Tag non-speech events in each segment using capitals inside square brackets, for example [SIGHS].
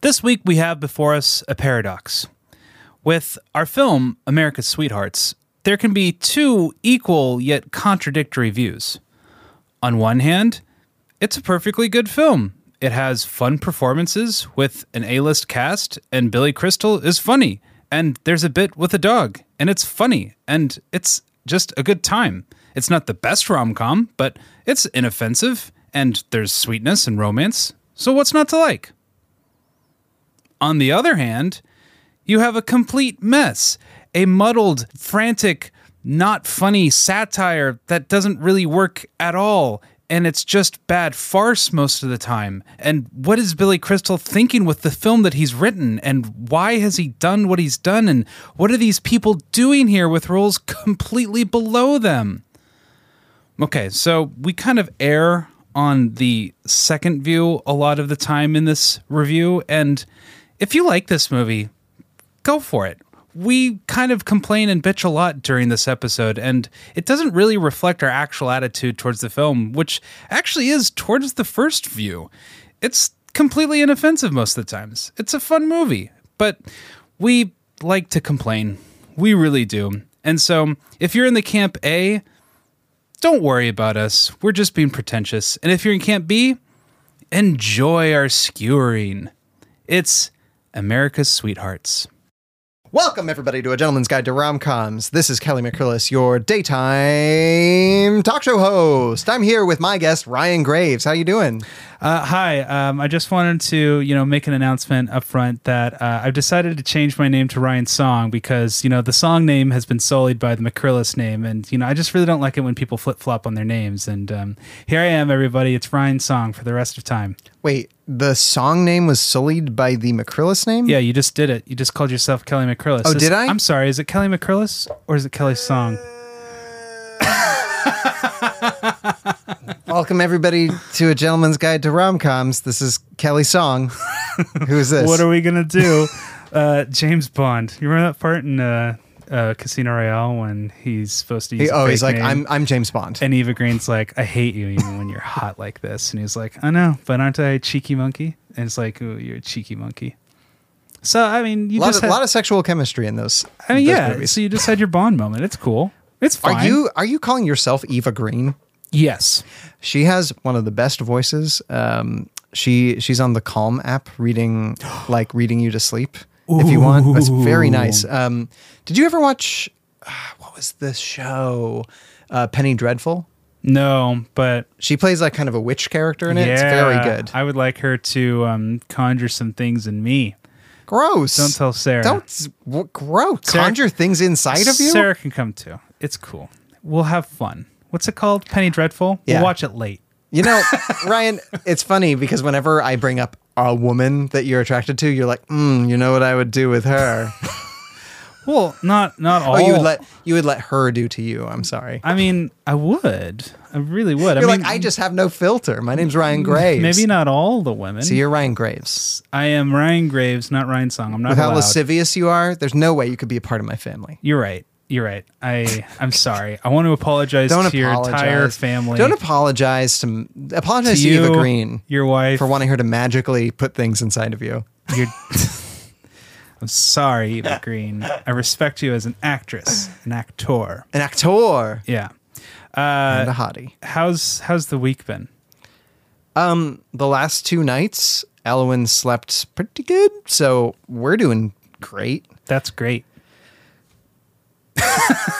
This week we have before us a paradox. With our film, America's Sweethearts, there can be two equal yet contradictory views. On one hand, it's a perfectly good film. It has fun performances with an A list cast, and Billy Crystal is funny, and there's a bit with a dog, and it's funny, and it's just a good time. It's not the best rom com, but it's inoffensive, and there's sweetness and romance, so what's not to like? On the other hand, you have a complete mess, a muddled, frantic, not funny satire that doesn't really work at all. And it's just bad farce most of the time. And what is Billy Crystal thinking with the film that he's written? And why has he done what he's done? And what are these people doing here with roles completely below them? Okay, so we kind of err on the second view a lot of the time in this review. And if you like this movie, go for it. We kind of complain and bitch a lot during this episode, and it doesn't really reflect our actual attitude towards the film, which actually is towards the first view. It's completely inoffensive most of the times. It's a fun movie, but we like to complain. We really do. And so, if you're in the camp A, don't worry about us. We're just being pretentious. And if you're in Camp B, enjoy our skewering. It's America's Sweethearts. Welcome, everybody, to A Gentleman's Guide to Rom-Coms. This is Kelly McCrillis, your daytime talk show host. I'm here with my guest, Ryan Graves. How you doing? Uh, hi, um, I just wanted to, you know, make an announcement up front that uh, I've decided to change my name to Ryan Song because, you know, the song name has been sullied by the McCrillis name, and you know, I just really don't like it when people flip flop on their names. And um, here I am, everybody. It's Ryan Song for the rest of time. Wait, the song name was sullied by the McCrillis name? Yeah, you just did it. You just called yourself Kelly McCrillis. Oh, Is- did I? I'm sorry. Is it Kelly McCrillis or is it Kelly Song? Welcome, everybody, to A Gentleman's Guide to Rom-Coms. This is [LAUGHS] Kelly Song. Who is this? What are we gonna [LAUGHS] do? uh, James Bond. You remember that part in uh, uh, Casino Royale when he's supposed to use? He- a oh, fake he's like, name? I'm, I'm James Bond. And Eva Green's like, I hate you even when you're hot like this. And he's like, I know, but aren't I a cheeky monkey? And it's like, ooh, you're a cheeky monkey. So I mean, you a lot just had, of, lot of sexual chemistry in those. I mean, those yeah. movies. So you just had your Bond moment. It's cool. It's fine. Are you are you calling yourself Eva Green? Yes. She has one of the best voices. Um, she she's on the Calm app [GASPS] reading like reading you to sleep if you want. That's very nice. Um, did you ever watch uh, what was this show? Uh, Penny Dreadful. No, but She plays like kind of a witch character in it. yeah, It's very good. I would like her to um, conjure some things in me. Gross. Don't tell Sarah. Don't s- w- grow. Sarah- Conjure things inside of you. Sarah can come too. It's cool. We'll have fun. What's it called? Penny Dreadful. Yeah. We'll watch it late. [LAUGHS] You know, Ryan, it's funny because whenever I bring up a woman that you're attracted to, you're like, mm, you know what I would do with her. Well, not not all. Oh, you would let you would let her do to you. I'm sorry. I mean, I would. I really would. You're I mean, like I just have no filter. My name's Ryan Graves. maybe not all the women. So you're Ryan Graves. I am Ryan Graves, not Ryan Song. I'm not With how allowed. lascivious you are, there's no way you could be a part of my family. You're right. You're right. I I'm sorry. I want to apologize Don't to apologize. your entire family. Don't apologize to apologize to to, you, Eva Green your wife. for wanting her to magically put things inside of you. your- I'm sorry, Eva Green. I respect you as an actress, an actor. An actor Yeah. and a Uh, hottie. how's how's the week been? The last two nights, Elwyn slept pretty good, so we're doing great. That's great.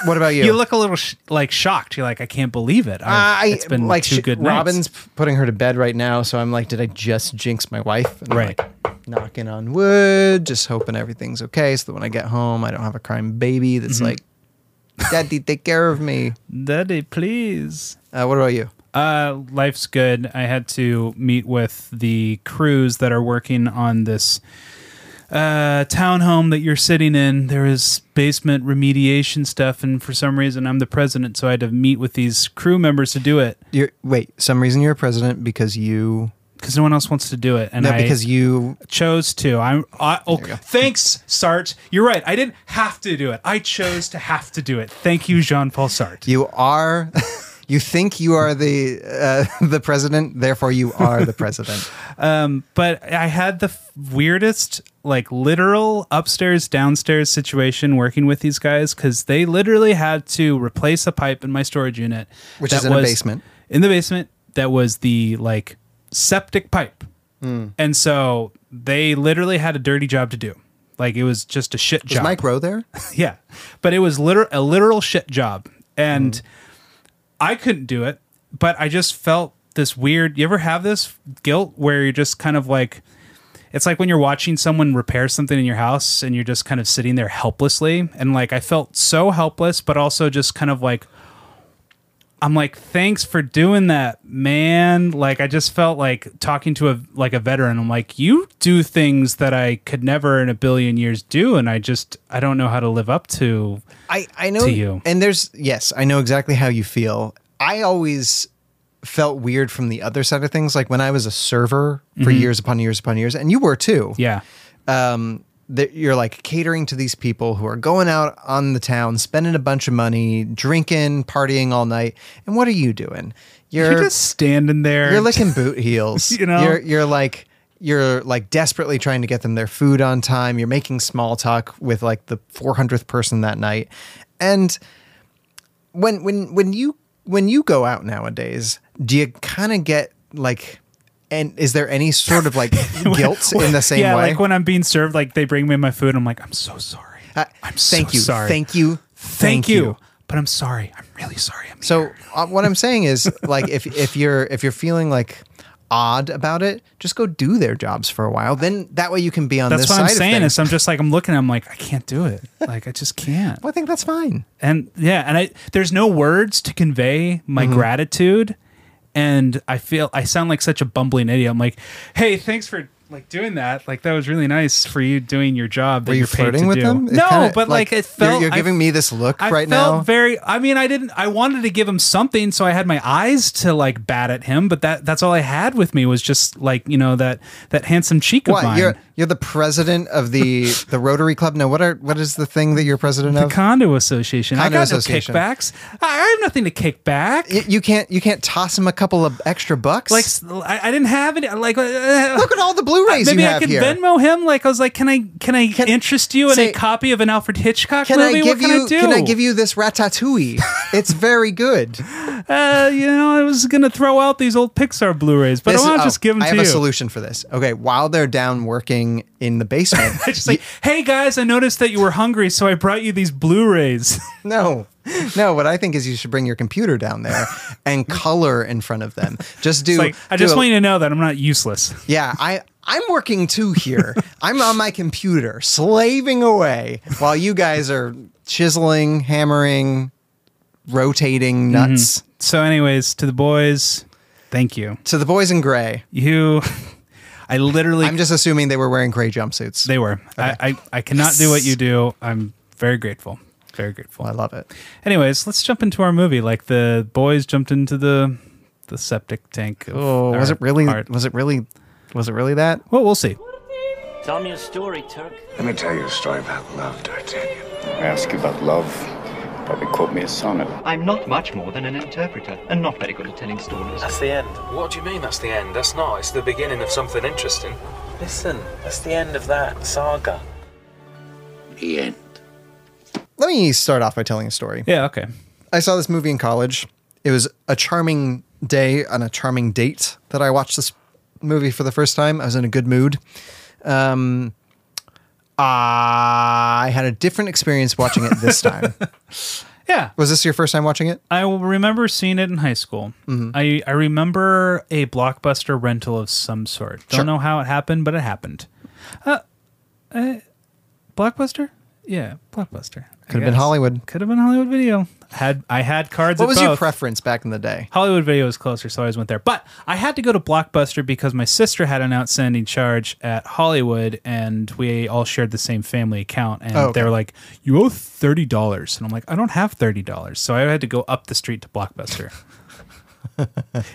What about you? You look a little sh- like shocked. You're like, I can't believe it. I've- Uh, I, it's been like two she- good nights. Robin's p- putting her to bed right now, so I'm like, did I just jinx my wife? And I'm Right. like, knocking on wood, just hoping everything's okay, so that when I get home, I don't have a crying baby that's Mm-hmm. like, "Daddy, take care of me." Daddy, please. Uh, what about you? Uh, life's good. I had to meet with the crews that are working on this uh, townhome that you're sitting in. There is basement remediation stuff, and for some reason, I'm the president, so I had to meet with these crew members to do it You're, wait, some reason you're a president because you because no one else wants to do it. And no I because you chose to. I'm. I, oh, you go. thanks, Sartre. You're right. I didn't have to do it. I chose to have to do it. Thank you, Jean Paul Sartre. you are [LAUGHS] You think you are the uh, [LAUGHS] the president, therefore you are [LAUGHS] the president. Um, but I had the f- weirdest, like, literal upstairs downstairs situation working with these guys because they literally had to replace a pipe in my storage unit, Which is is in a basement. In the basement, that was the like septic pipe, Hmm. and so they literally had a dirty job to do. Like it was just a shit Is job. Mike Rowe there? Yeah, but it was liter- a literal shit job, and I couldn't do it. But I just felt this weird. You ever have this guilt where you're just kind of like, it's like when you're watching someone repair something in your house, and you're just kind of sitting there helplessly, and like I felt so helpless, but also just kind of like. I'm like, thanks for doing that, man. Like, I just felt like talking to a like a veteran. I'm like, you do things that I could never in a billion years do, and I just I don't know how to live up to. I, I know to you. And there's yes, I know exactly how you feel. I always felt weird from the other side of things. Like when I was a server for years upon years upon years, and you were too. Mm-hmm. Yeah, Um that you're like catering to these people who are going out on the town, spending a bunch of money, drinking, partying all night. And what are you doing? You're, you're just standing there. [LAUGHS] you're licking boot heels. You know? you're you're like you're like desperately trying to get them their food on time. You're making small talk with like the 400th person that night, and when when when you when you go out nowadays, do you kind of get like? And is there any [LAUGHS] sort of like guilt in the same yeah, way? like when I'm being served, like they bring me my food. I'm like, I'm so sorry. Uh, I'm so thank you, sorry. thank you, Thank you. but I'm sorry. I'm really sorry. I'm So uh, what I'm saying is, like, if if you're if you're feeling like odd about it, just go do their jobs for a while. Then that way you can be on That's this what side I'm of saying. things. Is I'm just like I'm looking. I'm like I can't do [LAUGHS] it. Like I just can't. Well, I think that's fine. and yeah and i there's no words to convey my Mm-hmm. gratitude and i feel i sound like such a bumbling idiot i'm like hey thanks for like doing that like that was really nice for you doing your job that Are you you're paid flirting to with do. them? It no kinda- but like, it you're- felt you're, I- giving me this look I right felt now. very. I mean, I didn't. I wanted to give him something, so I had my eyes to like bat at him. But that that's all I had with me was just like you know that that handsome cheek of what mine. you're you're the president of the the Rotary Club? No, what are what is the thing that you're president the of? condo association. I Condo got association. no kickbacks. I, I have nothing to kick back. Y- you can't you can't toss him a couple of extra bucks. like s- I, I didn't have any like uh, look at all the Blu-rays maybe you I have could here. Venmo him like I was like can I can I Can- interest you in say- a copy of an Alfred Hitchcock can movie I give what can you I do can I give you this ratatouille? it's [LAUGHS] very good. uh, you know I was gonna throw out these old Pixar Blu-rays but This I is- want oh, to just give them I to have a you solution for this. Okay, while they're down working in the basement, [LAUGHS] just like hey guys I noticed that you were hungry so I brought you these Blu-rays [LAUGHS] no, no. What I think is you should bring your computer down there [LAUGHS] and color in front of them. Just do. It's like I do just a- want you to know that I'm not useless Yeah, I I'm working too here. I'm on my computer slaving away while you guys are chiseling, hammering, rotating Mm-hmm. nuts. so anyways to the boys thank you To the boys in gray, you [LAUGHS] I literally I'm just assuming they were wearing gray jumpsuits. they were I, I I cannot do what you [LAUGHS] do I'm very grateful very grateful I love it. Anyways, let's jump into our movie. Like the boys jumped into the the septic tank. of Oh, our was it really? heart. Was it really? Was it really that? Well, we'll see. Tell me a story, Turk. Let me tell you a story about love, D'Artagnan. I ask you about love, probably quote me a sonnet. I'm not much more than an interpreter, and not very good at telling stories. That's the end. What do you mean that's the end? That's not. It's the beginning of something interesting. Listen, that's the end of that saga. The end. Let me start off by telling a story. Yeah, okay. I saw this movie in college. It was a charming day on a charming date that I watched this movie for the first time. I was in a good mood. Um, I had a different experience watching it [LAUGHS] this time. Yeah, was this your first time watching it? I will remember seeing it in high school. Mm-hmm. I I remember a blockbuster rental of some sort. Don't Sure. know how it happened, but it happened. Uh, uh blockbuster? Yeah, blockbuster. Could have been Hollywood. Could have been Hollywood Video. Had I had cards? What at was your both. preference back in the day? Hollywood Video was closer, so I always went there. But I had to go to Blockbuster because my sister had an outstanding charge at Hollywood, and we all shared the same family account. And Oh, okay. they were like, "You owe thirty dollars," and I'm like, "I don't have thirty dollars," so I had to go up the street to [LAUGHS] Blockbuster.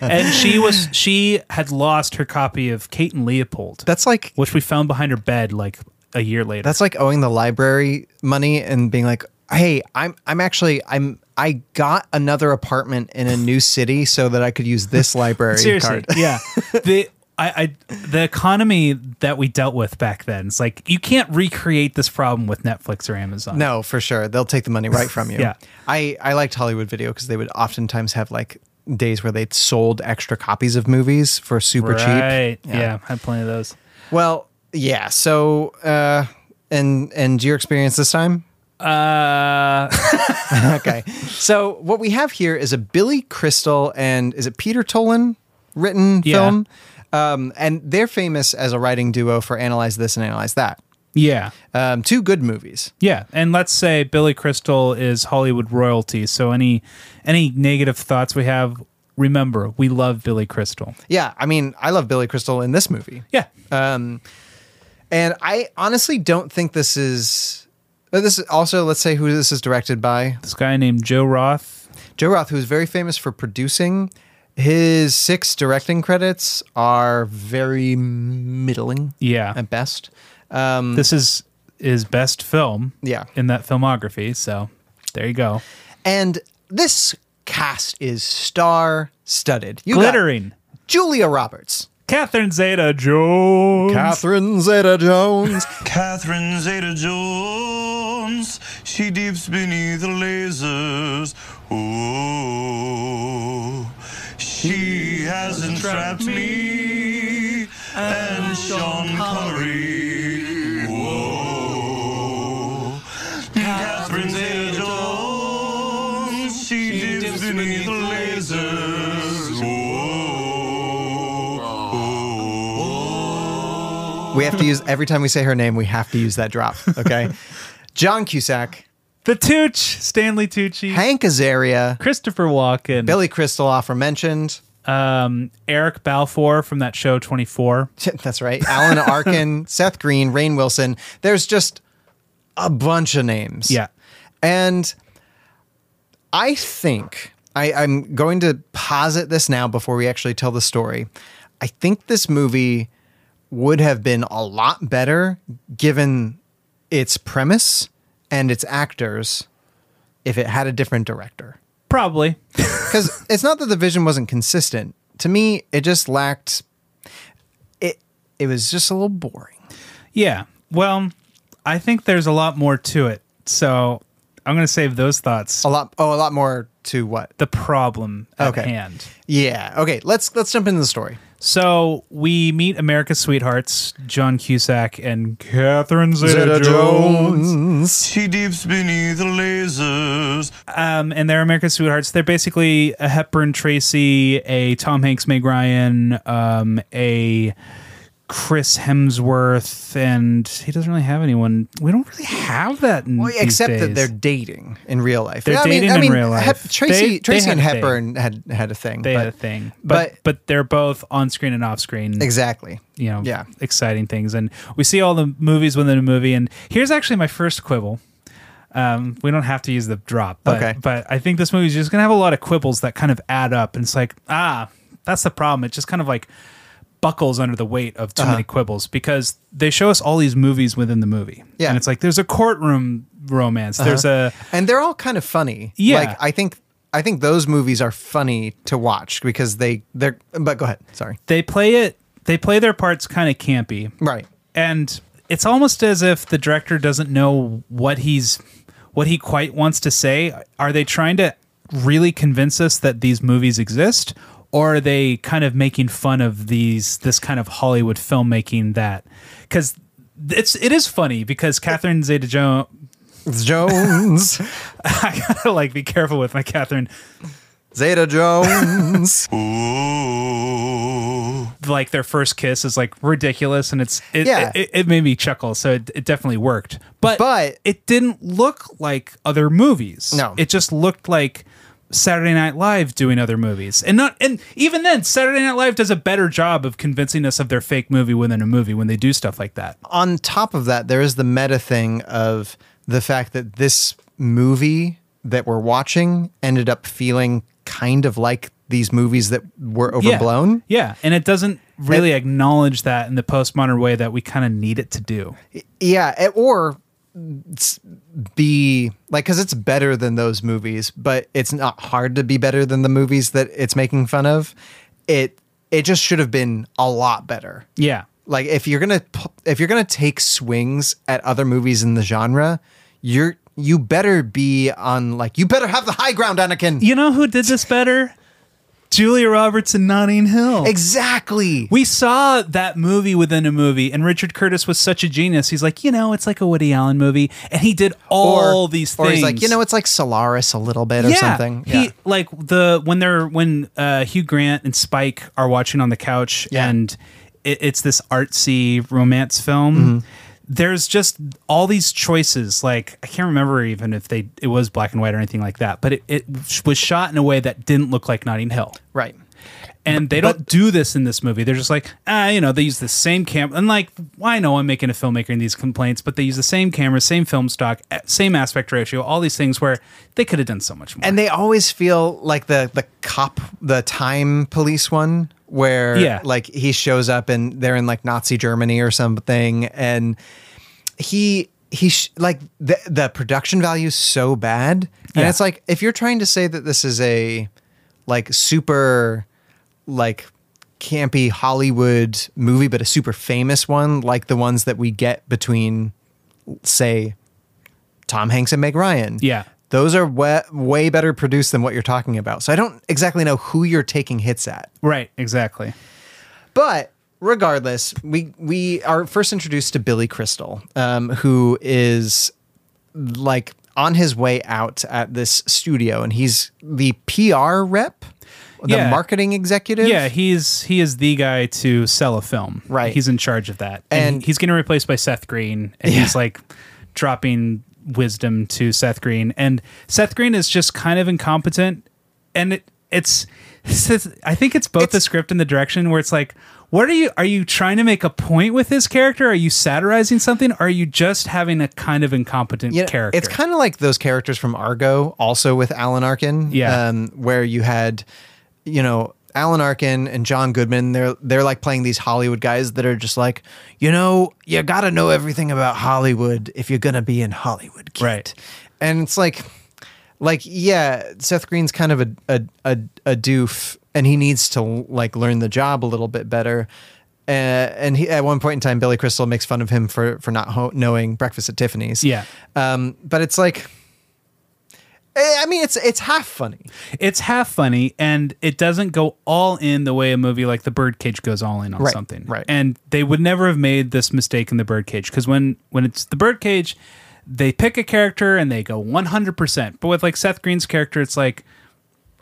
and she was she had lost her copy of Kate and Leopold, That's like which we found behind her bed like a year later. that's like owing the library money and being like, "Hey, I'm I'm actually I'm I got another apartment in a new city so that I could [LAUGHS] use this library Seriously, card. [LAUGHS] yeah. The I, I the economy that we dealt with back then. It's like you can't recreate this problem with Netflix or Amazon. No, for sure. They'll take the money right [LAUGHS] from you. Yeah. I, I liked Hollywood video because they would oftentimes have like days where they sold extra copies of movies for super right? cheap. Yeah. had plenty of those. Well, yeah. So, uh, and, and your experience this time? Uh, [LAUGHS] [LAUGHS] Okay. so what we have here is a Billy Crystal and is it Peter Tolan written Yeah. film? Um, and they're famous as a writing duo for Analyze This and Analyze That. yeah, Um, two good movies. yeah. And let's say Billy Crystal is Hollywood royalty. So any any negative thoughts we have, remember we love Billy Crystal. Yeah, I mean, I love Billy Crystal in this movie. Yeah, And I honestly don't think this is. uh, This is also, let's say, who this is directed by. this guy named Joe Roth. Joe Roth, who is very famous for producing. His six directing credits are very middling Yeah, at best. this is his best film. Mm. Yeah. in that filmography. So there you go. And this cast is star studded. You got Glittering. Julia Roberts. Catherine Zeta Jones. Catherine Zeta Jones. Catherine Zeta Jones, she deeps beneath the lasers. Ooh, she has entrapped me and Sean Connery. Whoa, Catherine Zeta Jones, she deeps beneath the lasers. [LAUGHS] Whoa. we have to use, every time we say her name, we have to use that drop, [LAUGHS] okay? John Cusack, The Tooch. Stanley Tucci. Hank Azaria, Christopher Walken. Billy Crystal, aforementioned. um, Eric Balfour from that show 24. [LAUGHS] That's right. Alan Arkin, Seth Green, Rain Wilson. There's just a bunch of names. Yeah. And I think I, I'm going to posit this now before we actually tell the story. I think this movie would have been a lot better given its premise and its actors if it had a different director. Probably. Because it's not that the vision wasn't consistent. To me, it just lacked. It it was just a little boring. Yeah. Well, I think there's a lot more to it. So I'm going to save those thoughts. A lot. Oh, a lot more to what? The problem at Okay. hand. Yeah. Okay. Let's let's jump into the story. So we meet America's sweethearts, John Cusack and Catherine Zeta, She deeps beneath the lasers. um, and they're America's Sweethearts. They're basically a Hepburn Tracy, a Tom Hanks, Meg Ryan, um, a Chris Hemsworth, and he doesn't really have anyone. We don't really have that, in Well, these except that days. they're dating in real life. They're I mean, dating I in mean, real Hep- life. Tracy, They- they Tracy had and a thing. Hepburn had had a thing. they but had a thing, but, but- but they're both on screen and off screen. Exactly. You know, Yeah. exciting things, and we see all the movies within a movie. And here's actually my first quibble. Um, we don't have to use the drop, but, Okay. but I think this movie's just gonna have a lot of quibbles that kind of add up. And it's like, ah, that's the problem. It just kind of like buckles under the weight of Uh-huh. too many quibbles because they show us all these movies within the movie. Yeah. Uh-huh. And it's like there's a courtroom romance. There's a And they're all kind of funny. Yeah. Like I think I think those movies are funny to watch because they they're. But go ahead. Sorry. they play it they play their parts kind of campy. Right. and it's almost as if the director doesn't know what he's what he quite wants to say are they trying to really convince us that these movies exist or are they kind of making fun of these this kind of hollywood filmmaking that because it's it is funny because catherine zeta jones Jones. [LAUGHS] i gotta like be careful with my catherine Zeta [LAUGHS] Jones. Ooh. like their first kiss is like ridiculous and it's it, Yeah. it, it made me chuckle so it, it definitely worked but But- it didn't look like other movies No. it just looked like saturday night live doing other movies and not and even then saturday night live does a better job of convincing us of their fake movie within a movie when they do stuff like that on top of that, there is the meta thing of the fact that this movie that we're watching ended up feeling kind of like these movies that were Yeah. overblown. yeah, and it doesn't really acknowledge that in the postmodern way that we kind of need it to do Yeah, eh, or s- be like because it's better than those movies, but it's not hard to be better than the movies that it's making fun of. It it just should have been a lot better. Yeah. Like if you're gonna pu- if you're gonna take swings at other movies in the genre, you're you better be on like you better have the high ground, Anakin. You know who did this better? Julia Roberts and Notting Hill. Exactly. We saw that movie within a movie, and Richard Curtis was such a genius. He's like, you know, it's like a Woody Allen movie, and he did all these things. Or he's like, you know, it's like Solaris a little bit or something. He like the when they're when uh, Hugh Grant and Spike are watching on the couch, Yeah. and it, it's this artsy romance film. Mm-hmm. There's just all these choices. Like I can't remember even if they it was black and white or anything like that, but it, it was shot in a way that didn't look like Notting Hill. right. And they don't do this in this movie. They're just like, ah, you know, they use the same camera. And like, well, I know I'm making a filmmaker in these complaints, but they use the same camera, same film stock, eh, same aspect ratio, all these things where they could have done so much more. And they always feel like the the cop, the time police one, where Yeah. like he shows up and they're in like Nazi Germany or something, and he he sh- like the the production value is so bad, and Yeah. it's like if you're trying to say that this is a like super like campy Hollywood movie, but a super famous one, like the ones that we get between say Tom Hanks and Meg Ryan. Yeah. Those are way, way better produced than what you're talking about. So I don't exactly know who you're taking hits at. Right, exactly. But regardless, we we are first introduced to Billy Crystal, um, who is like on his way out at this studio, and he's the PR rep, the Yeah. marketing executive. Yeah, he's he is the guy to sell a film. Right. He's in charge of that. And, And- he's getting replaced by Seth Green and he's like dropping wisdom to Seth Green. And Seth Green is just kind of incompetent and it it's, it's- it's- I think it's both the It's- script and the direction where it's like what are you are you trying to make a point with this character? Are you satirizing something? Are you just having a kind of incompetent Yeah, character? It's kind of like those characters from Argo, also with Alan Arkin. Yeah. um, where you had, you know, Alan Arkin and John Goodman. They're they're like playing these Hollywood guys that are just like, you know, you got to know everything about Hollywood if you're gonna be in Hollywood, kid. Right. And it's like, like yeah, Seth Green's kind of a a a, a doof, and he needs to like learn the job a little bit better. Uh, and he, at one point in time, Billy Crystal makes fun of him for for not ho- knowing Breakfast at Tiffany's. Yeah. Um, but it's like, eh, I mean, it's it's half funny. it's half funny and it doesn't go all in the way a movie like The Birdcage goes all in on Right, something. right. And they would never have made this mistake in The Birdcage because when when it's The Birdcage, they pick a character and they go 100%. But with like Seth Green's character, it's like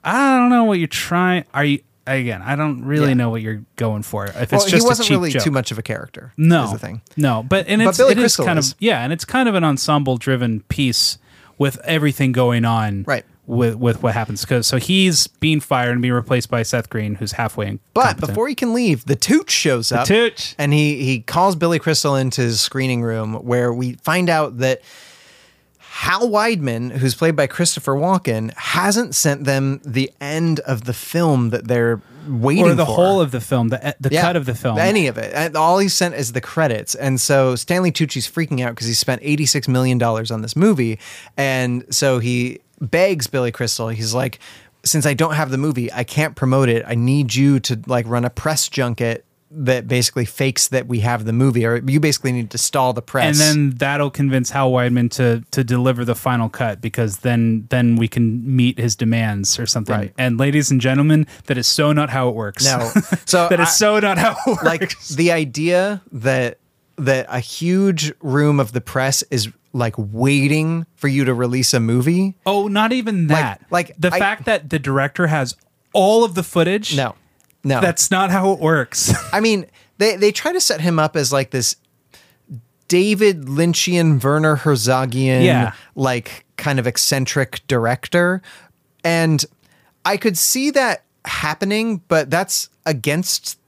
I don't know what you're trying. Are you again? I don't really Yeah. know what you're going for. If it's well, just he wasn't a cheap really joke. too much of a character. No, is the thing. No, but and But it's Billy it is Crystal kind is. of yeah, and it's kind of an ensemble-driven piece with everything going on. Right. With with what happens because so he's being fired and being replaced by Seth Green, who's halfway. But incompetent. before he can leave, the Tooch shows up. Tooch. And he, he calls Billy Crystal into his screening room where we find out that Hal Weidman, who's played by Christopher Walken, hasn't sent them the end of the film that they're waiting for. or the whole of the film, the e, the Yeah, cut of the film, Any of it. And All he sent is the credits. And so Stanley Tucci's freaking out because he spent $86 million on this movie. And so he begs Billy Crystal, he's like, since I don't have the movie, I can't promote it. I need you to like run a press junket that basically fakes that we have the movie, or you basically need to stall the and press. then that'll convince Hal Weidman to to deliver the final cut because then then we can meet his demands or something. Right. And ladies and gentlemen, that is so not how it works. [LAUGHS] No. So that is I- so not how it works. like the idea that that a huge room of the press is like waiting for you to release a movie Oh, not even that. like, the I- fact that the director has all of the footage. no no That's not how it works. [LAUGHS] I mean, they they try to set him up as like this David Lynchian, Werner Herzogian, Yeah. like kind of eccentric director, and I could see that happening, but that's against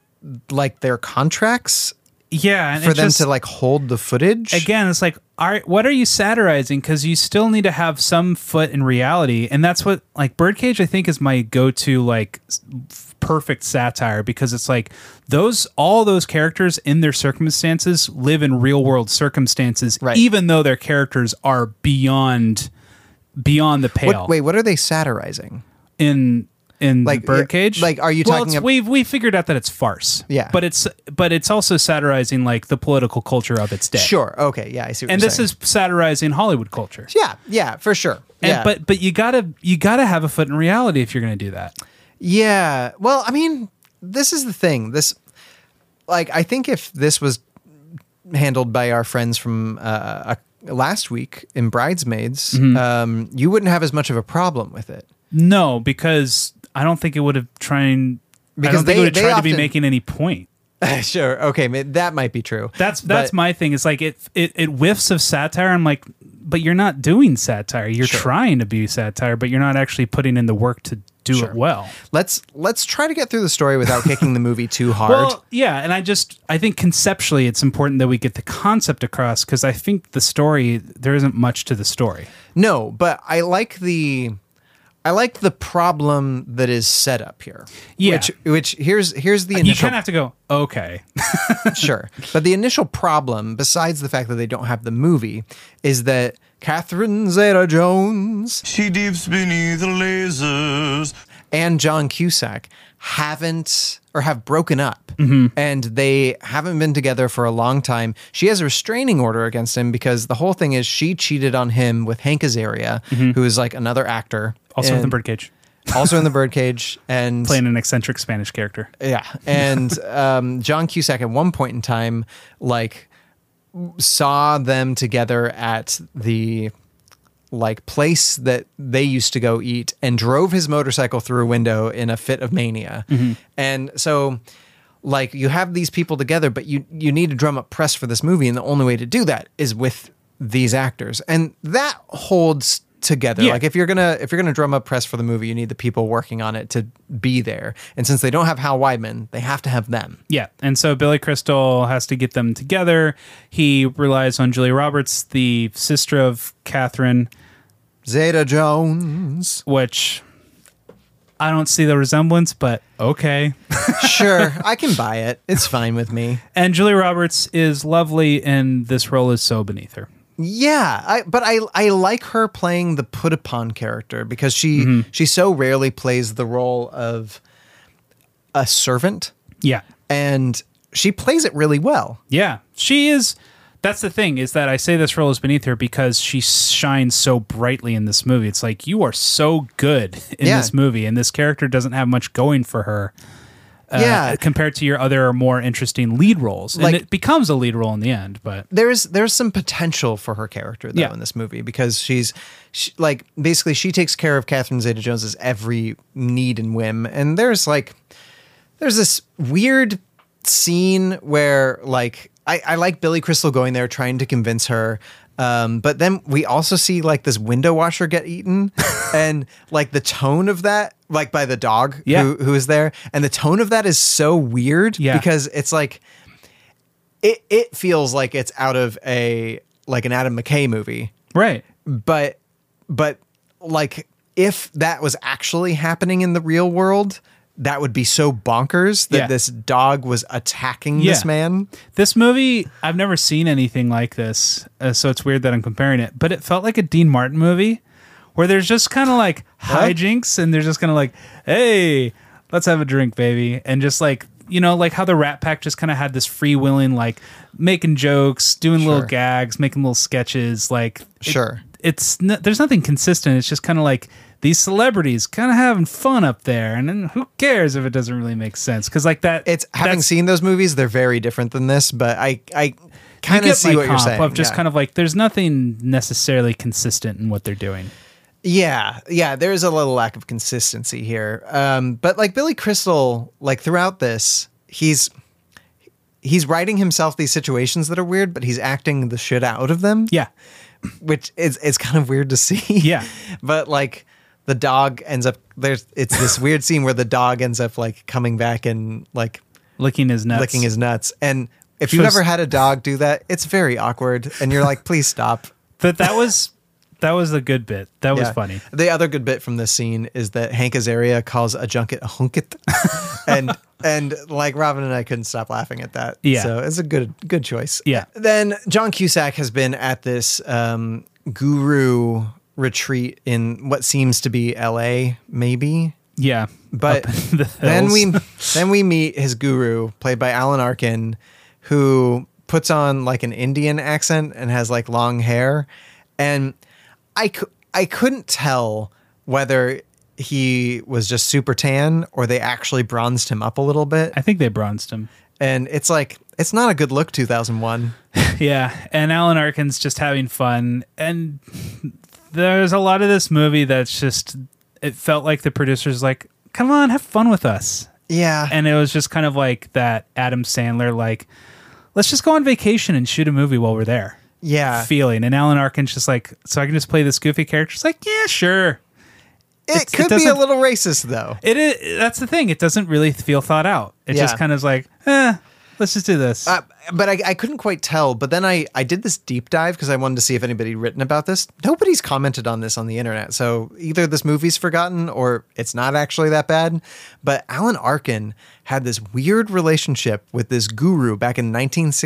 like their contracts yeah, and for it them just- to like hold the footage. again, it's like, all right, what are you satirizing? Because you still need to have some foot in reality, and that's what like Birdcage. I think is my go-to like s- f- perfect satire because it's like those all those characters in their circumstances live in real world circumstances, Right. even though their characters are beyond beyond the pale. What, wait, what are they satirizing? in in Like, the birdcage. like, are you well, talking it's- ab- we've we figured out that it's farce. Yeah. but it's but it's also satirizing like the political culture of its day. Sure. Okay. Yeah, I see. What and you're this saying. is satirizing Hollywood culture. yeah, yeah, for sure. And, yeah, But but you gotta you gotta have a foot in reality if you're gonna do that. Yeah. Well, I mean, this is the thing. This, like, I think if this was handled by our friends from uh, uh, last week in Bridesmaids, Mm-hmm. um, you wouldn't have as much of a problem with it. [LAUGHS] No, because I don't think it would have tried. I Because don't think they- it would they have tried to be often- making any point. sure. Okay. ma- That might be true. That's that's But- my thing. It's like it, it it whiffs of satire. I'm like, but you're not doing satire. You're trying to be satire, but you're not actually putting in the work to do it well. Let's let's try to get through the story [LAUGHS] without kicking the movie too hard. Well, yeah, and I just I think conceptually it's important that we get the concept across because I think the story there isn't much to the story. no, but I like the. I like the problem that is set up here. Yeah. Which, which here's here's the You initial kind of have to go okay. sure. But the initial problem, besides the fact that they don't have the movie, is that Catherine Zeta Jones She dips beneath the lasers. and John Cusack haven't or have broken up Mm-hmm. and they haven't been together for a long time. She has a restraining order against him because the whole thing is she cheated on him with Hank Azaria, who is like another actor. Mm-hmm. Also with the and- birdcage also in the birdcage and playing an eccentric Spanish character. Yeah, and um, John Cusack at one point in time, like, saw them together at the like place that they used to go eat, and drove his motorcycle through a window in a fit of mania. And so, like, you have these people together, but you you need to drum up press for this movie, and the only way to do that is with these actors, and that holds together. Yeah. Like, if if you're gonna if you're gonna drum up press for the movie, you need the people working on it to be there. And since they don't have Hal Weidman, they have to have them. Yeah, and so Billy Crystal has to get them together. He relies on Julia Roberts, the sister of Catherine, Zeta Jones. which I don't see the resemblance, but okay. sure, I can buy it. It's fine with me. And Julia Roberts is lovely, and this role is so beneath her. Yeah, I, but I I like her playing the put upon character because she she so rarely plays the role of a servant, Yeah, and she plays it really well. Yeah, she is. That's the thing is that I say this role is beneath her because she shines so brightly in this movie. It's like you are so good [LAUGHS] in Yeah. this movie, and this character doesn't have much going for her. uh, yeah, compared to your other more interesting lead roles, and Like- it becomes a lead role in the end. But there's there's some potential for her character though Yeah. in this movie because she's she, like basically she takes care of Catherine Zeta-Jones's every need and whim and there's like there's this weird scene where like I, I like Billy Crystal going there trying to convince her. Um, but then we also see like this window washer get eaten [LAUGHS] and like the tone of that, like by the dog Yeah. who, who is there. And the tone of that is so weird Yeah. because it's like, it, it feels like it's out of a, like an Adam McKay movie right, but but like if that was actually happening in the real world that would be so bonkers that Yeah. this dog was attacking this Yeah. man this movie I've never seen anything like this, uh, so it's weird that I'm comparing it. But it felt like a Dean Martin movie where there's just kind of like hijinks, and they're just kind of like, "Hey, let's have a drink, baby," and just like you know, like how the Rat Pack just kind of had this free willing, like making jokes, doing little Sure. gags, making little sketches, like it- Sure. it's n- there's nothing consistent. It's just kind of like these celebrities kind of having fun up there, and then who cares if it doesn't really make sense? Because like that, it's having that's- seen those movies they're very different than this but i i you kind of get see my what you're comp saying Of just yeah. kind of like, there's nothing necessarily consistent in what they're doing. Yeah, yeah, there is a little lack of consistency here. Um, but like Billy Crystal, like throughout this, he's he's writing himself these situations that are weird, but he's acting the shit out of them. Yeah, which is it's kind of weird to [LAUGHS] see. Yeah. but like the dog ends up there's it's [LAUGHS] this weird scene where the dog ends up like coming back and like licking his nuts. licking his nuts and if you've Just- ever had a dog do that, it's very awkward, and you're like, "Please stop." But that was [LAUGHS] That was the good bit. That was Yeah. funny. The other good bit from this scene is that Hank Azaria calls a junket [LAUGHS] a hunket, and and like Robin and I couldn't stop laughing at that. Yeah. so it's a good good choice. Yeah. Then John Cusack has been at this um, guru retreat in what seems to be L.A. Maybe, Yeah. but Up in [LAUGHS] the then hills. we [LAUGHS] then we meet his guru, played by Alan Arkin, who puts on like an Indian accent and has like long hair, and I cou- I couldn't tell whether he was just super tan or they actually bronzed him up a little bit, I think they bronzed him. and it's like it's not a good look. Two thousand one. Yeah, and Alan Arkin's just having fun. And there's a lot of this movie that's just it felt like the producers like, "Come on, have fun with us." Yeah, And it was just kind of like that Adam Sandler like, "Let's just go on vacation and shoot a movie while we're there." yeah. Feeling. And Alan Arkin's just like, "So I can just play this goofy character." It's like, "Yeah, sure." It it could be a doesn't- little racist though. It is that's the thing. It doesn't really feel thought out. It Yeah. just kind of is like, "Eh, let's just do this." Uh, but I, I couldn't quite tell. But then I, I did this deep dive because I wanted to see if anybody had written about this. Nobody's commented on this on the internet. So either this movie's forgotten or it's not actually that bad. But Alan Arkin had this weird relationship with this guru back in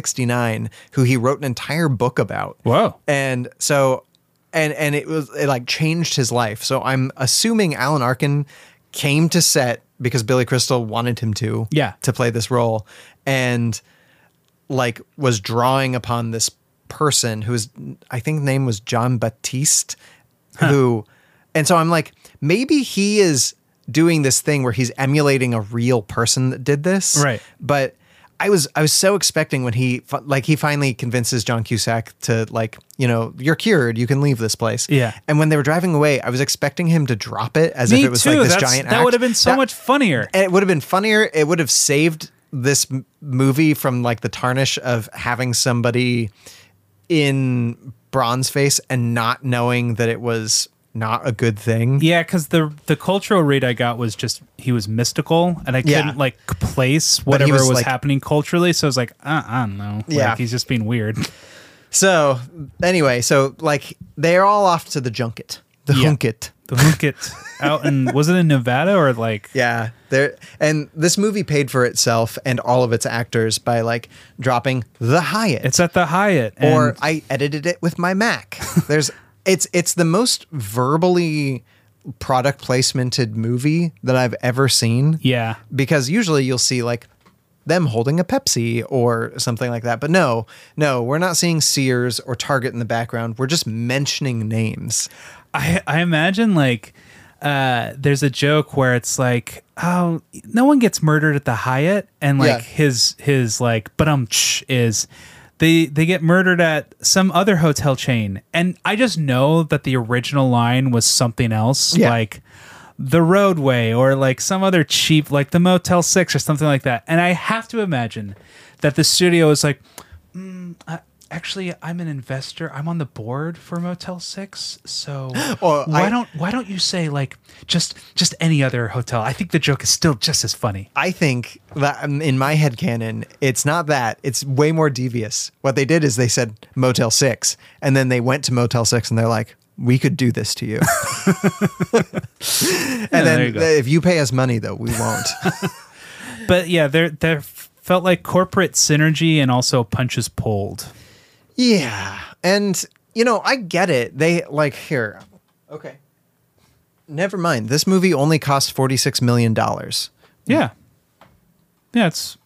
1969 who he wrote an entire book about. Whoa. And so, and and it was it like changed his life. So I'm assuming Alan Arkin came to set because Billy Crystal wanted him to, Yeah. to play this role, and like was drawing upon this person who's I think name was John Baptiste, who, and so I'm like maybe he is doing this thing where he's emulating a real person that did this, Right. But I was I was so expecting when he fi- like he finally convinces John Cusack to like you know you're cured you can leave this place Yeah. and when they were driving away I was expecting him to drop it as Me if it was too. like this That's- giant that act. would have been so That- much funnier. and it would have been funnier. It would have saved this m- movie from like the tarnish of having somebody in bronze face and not knowing that it was not a good thing. Yeah, because the the cultural read I got was just he was mystical, and I Yeah. couldn't like place whatever was, was, like- happening culturally. So I was like, uh, I don't know. Yeah. like, he's just being weird. So anyway, so like they're all off to the junket, the Yeah. junket. The Hookit out [LAUGHS] in was it in Nevada or like Yeah, there and this movie paid for itself and all of its actors by like dropping the Hyatt. it's at the Hyatt or and- I edited it with my [LAUGHS] Mac. There's it's it's the most verbally product placemented movie that I've ever seen. yeah Because usually you'll see like them holding a Pepsi or something like that. But no, no, we're not seeing Sears or Target in the background. We're just mentioning names. I I imagine like uh there's a joke where it's like oh no one gets murdered at the Hyatt and like Yeah. his his like but um is they they get murdered at some other hotel chain and I just know that the original line was something else Yeah. like the roadway or like some other cheap like the Motel 6 or something like that and I have to imagine that the studio is like actually i'm an investor i'm on the board for motel 6 so Or why I- don't why don't you say like just just any other hotel i think the joke is still just as funny I think that um, in my head canon, it's not that. It's way more devious. What they did is they said Motel 6 and then they went to Motel 6 and they're like, "We could do this [LAUGHS] to you." and then there you go. if you pay us money though, we [LAUGHS] won't. but yeah there there felt like corporate synergy and also punches pulled yeah. And you know, I get it. They like here. Okay. Never mind. This movie only cost 46 million dollars, yeah yeah it's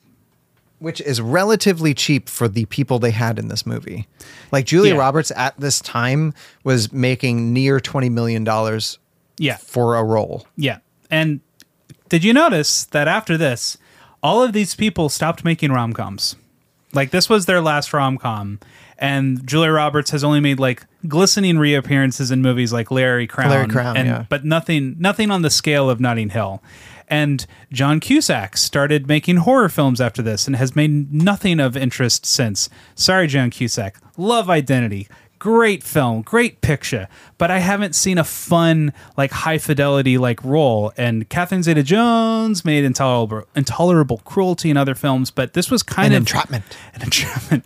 which is relatively cheap for the people they had in this movie. Like Julia Yeah. Roberts at this time was making near 20 million dollars yeah for a role. yeah and did you notice that after this all of these people stopped making rom-coms like this was their last rom-com and Julia Roberts has only made like glistening reappearances in movies like Larry Crown, Larry Crown, and, yeah. but nothing nothing on the scale of Notting Hill. And John Cusack started making horror films after this and has made nothing of interest since. Sorry, John Cusack. Love Identity. Great film, great picture, but I haven't seen a fun, like high fidelity, like role. And Catherine Zeta Jones made intolerable, intolerable cruelty in other films, but this was kind And of entrapment. an entrapment.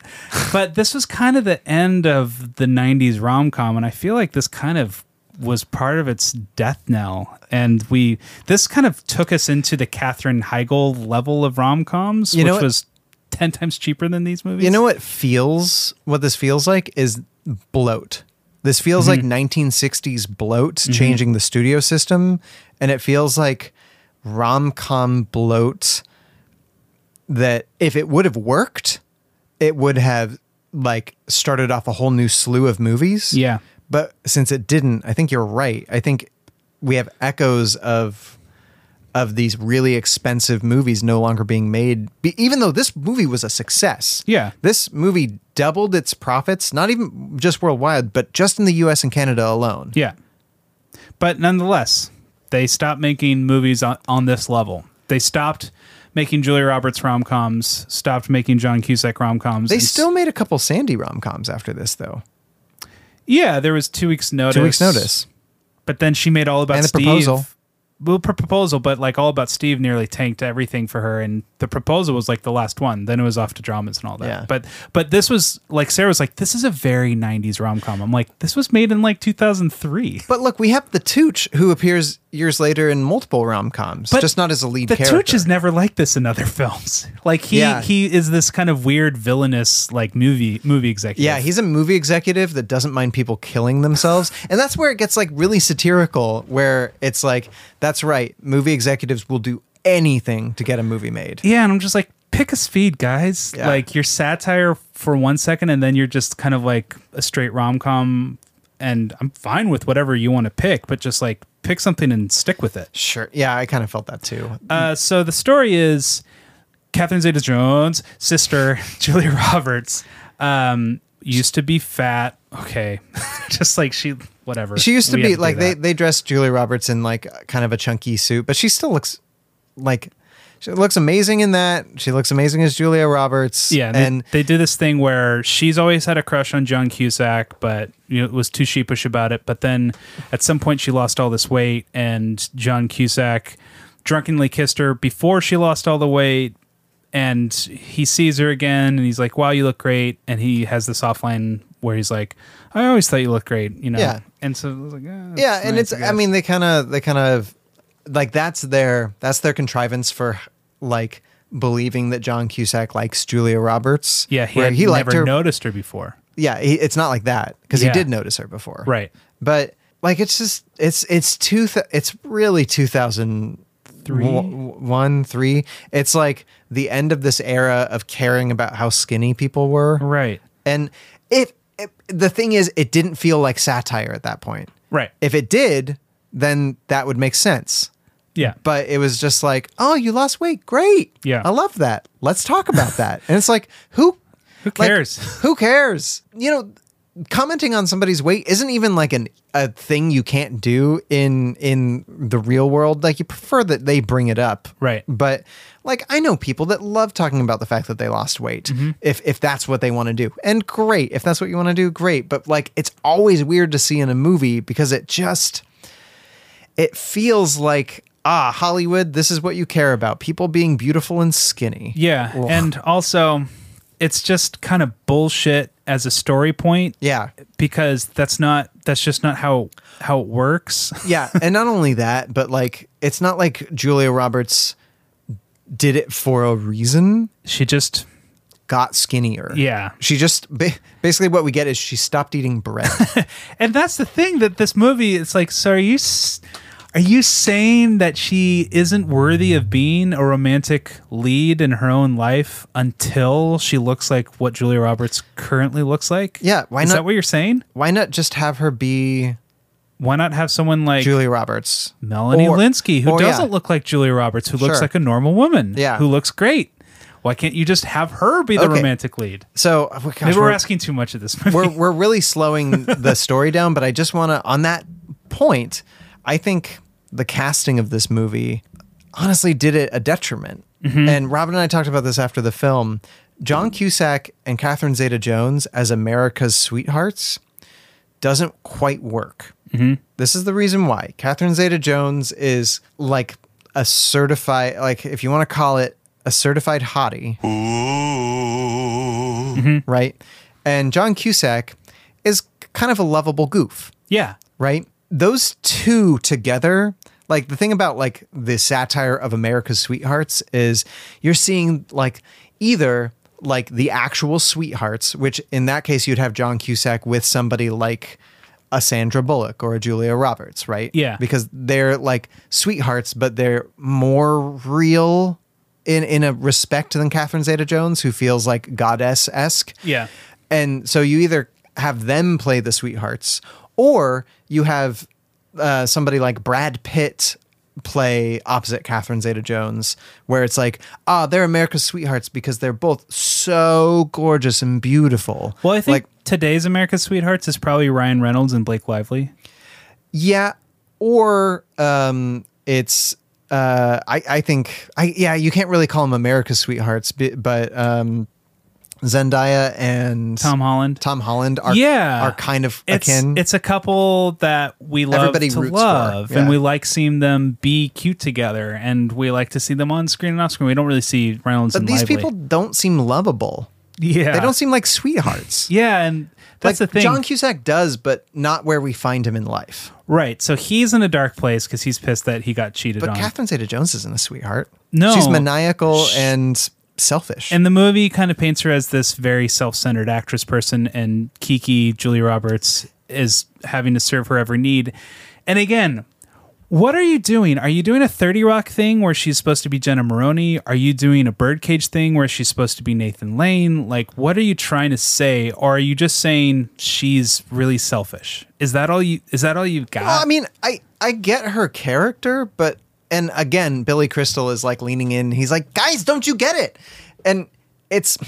but this was kind of the end of the 90s rom com, and I feel like this kind of was part of its death knell. And we, this kind of took us into the Katherine Heigl level of rom coms, You which know what- was 10 times cheaper than these movies. You know what feels what this feels like is bloat. This feels Mm-hmm. like 1960s bloat changing the studio system and it feels like rom-com bloat that if it would have worked, it would have like started off a whole new slew of movies. Yeah. But since it didn't, I think you're right. I think we have echoes of of these really expensive movies no longer being made, be, even though this movie was a success. Yeah. This movie doubled its profits, not even just worldwide, but just in the US and Canada alone. Yeah. But nonetheless, they stopped making movies on, on this level. They stopped making Julia Roberts rom coms, stopped making John Cusack rom coms. They still made a couple Sandy rom coms after this, though. Yeah, there was two weeks' notice. Two weeks' notice. But then she made all about And the Steve. proposal. Well, pr- proposal, but like all about Steve nearly tanked everything for her, and the proposal was like the last one. Then it was off to dramas and all that. Yeah. But but this was like Sarah was like, this is a very '90s rom com. I'm like, this was made in like 2003. But look, we have the Tooch, who appears years later in multiple rom coms, But just not as a lead the character. Tooch is never like this in other [LAUGHS] films. Like he Yeah. he is this kind of weird villainous like movie movie executive. Yeah, he's a movie executive that doesn't mind people killing themselves. And that's where it gets like really satirical, where it's like, that's right, movie executives will do anything to get a movie made. Yeah, and I'm just like, pick a speed, guys. Yeah. Like your satire for one second, and then you're just kind of like a straight rom com. And I'm fine with whatever you want to pick, but just like pick something and stick with it. Sure. Yeah, I kind of felt that too. Uh, so the story is Catherine Zeta Jones' sister, [LAUGHS] Julia Roberts, um, used to be fat. Okay. [LAUGHS] just like she, whatever. She used to We had be do like, they, that. they dressed Julia Roberts in like kind of a chunky suit, but she still looks like, she looks amazing in that. She looks amazing as Julia Roberts. Yeah, and, And they, they do this thing where she's always had a crush on John Cusack, but you know, was too sheepish about it. But then at some point, she lost all this weight, and John Cusack drunkenly kissed her before she lost all the weight. And he sees her again, and he's like, "Wow, you look great." And he has this offline where he's like, "I always thought you looked great," you know. Yeah. And so I was like, "Ah, that's yeah and nice, it's guess." i mean they kind of they kind of like that's their that's their contrivance for like believing that john cusack likes julia roberts yeah, he, where had he liked never her noticed her before, yeah he, it's not like that because Yeah. he did notice her before right? but like it's just it's it's two th- it's really 2000 Three? one three it's like the end of this era of caring about how skinny people were Right, and if, if the thing is, it didn't feel like satire at that point. right. If it did, then that would make sense. yeah, But it was just like, oh, you lost weight, great. Yeah. I love that. Let's talk about that. and it's like, who who cares? who cares? You know, commenting on somebody's weight isn't even like an a thing you can't do in in the real world. Like you prefer that they bring it up. Right. But like I know people that love talking about the fact that they lost weight. Mm-hmm. If if that's what they want to do. And great. If that's what you want to do, great. But like it's always weird to see in a movie because it just it feels like ah hollywood this is what you care about people being beautiful and skinny Yeah, Ugh. and also it's just kind of bullshit as a story point yeah because that's not that's just not how how it works. yeah and not only that but like it's not like julia roberts did it for a reason She just got skinnier Yeah. she just ba- basically what we get is she stopped [LAUGHS] eating bread and that's the thing that this movie it's like so are you s- are you saying that she isn't worthy of being a romantic lead in her own life until she looks like what Julia Roberts currently looks like? Yeah, why Is not- that what you're saying? why not just have her be Why not have someone like julia roberts Melanie Or- Linsky, who or, yeah. doesn't look like Julia Roberts, who looks Sure. like a normal woman, Yeah. who looks great. Why can't you just have her be the Okay. romantic lead? so oh, gosh, Maybe we're, we're- asking too much of this movie. [LAUGHS] we're we're really slowing the story down, but I just want to on that point, I think the casting of this movie honestly did it a detriment. And Robin and I talked about this after the film. John Cusack and Catherine Zeta-Jones as America's sweethearts doesn't quite work. Mm-hmm. This is the reason why Catherine Zeta Jones is like a certified, like if you want to call it a certified hottie, Ooh. right? And John Cusack is kind of a lovable goof. [LAUGHS] Yeah. right? Those two together, like the thing about like the satire of America's sweethearts is you're seeing like either like the actual sweethearts, which in that case you'd have John Cusack with somebody like a Sandra Bullock or a Julia Roberts, right? Yeah. Because they're like sweethearts, but they're more real in in a respect than Catherine Zeta Jones, who feels like goddess esque. Yeah. And so you either have them play the sweethearts, or you have uh, somebody like Brad Pitt play opposite Catherine Zeta Jones, where it's like, ah, they're America's sweethearts because they're both so gorgeous and beautiful. Well, I think Like, today's America's Sweethearts is probably Ryan Reynolds and Blake Lively. yeah. Or um, it's. Uh, I, I think I yeah you can't really call them America's sweethearts, bi- but um, Zendaya and Tom Holland. Tom Holland are yeah. are kind of it's, akin. It's a couple that we love Everybody to roots for, love, yeah. and we like seeing them be cute together, and we like to see them on screen and off screen. We don't really see Reynolds But and these Lively. people don't seem lovable. yeah, They don't seem like sweethearts. Yeah, and [LAUGHS] that's like, the thing. John Cusack does, but not where we find him in life. right. So he's in a dark place because he's pissed that he got cheated But on. Catherine Zeta Jones isn't a sweetheart. No. She's maniacal and selfish. and the movie kind of paints her as this very self-centered actress person and kiki julie roberts is having to serve her every need and again what are you doing are you doing a 30 rock thing where she's supposed to be jenna maroney are you doing a birdcage thing where she's supposed to be nathan lane like what are you trying to say or are you just saying she's really selfish is that all you is that all you've got Well, I mean, I, I get her character, but and again, Billy Crystal is like leaning in. He's like, guys, don't you get it? And it's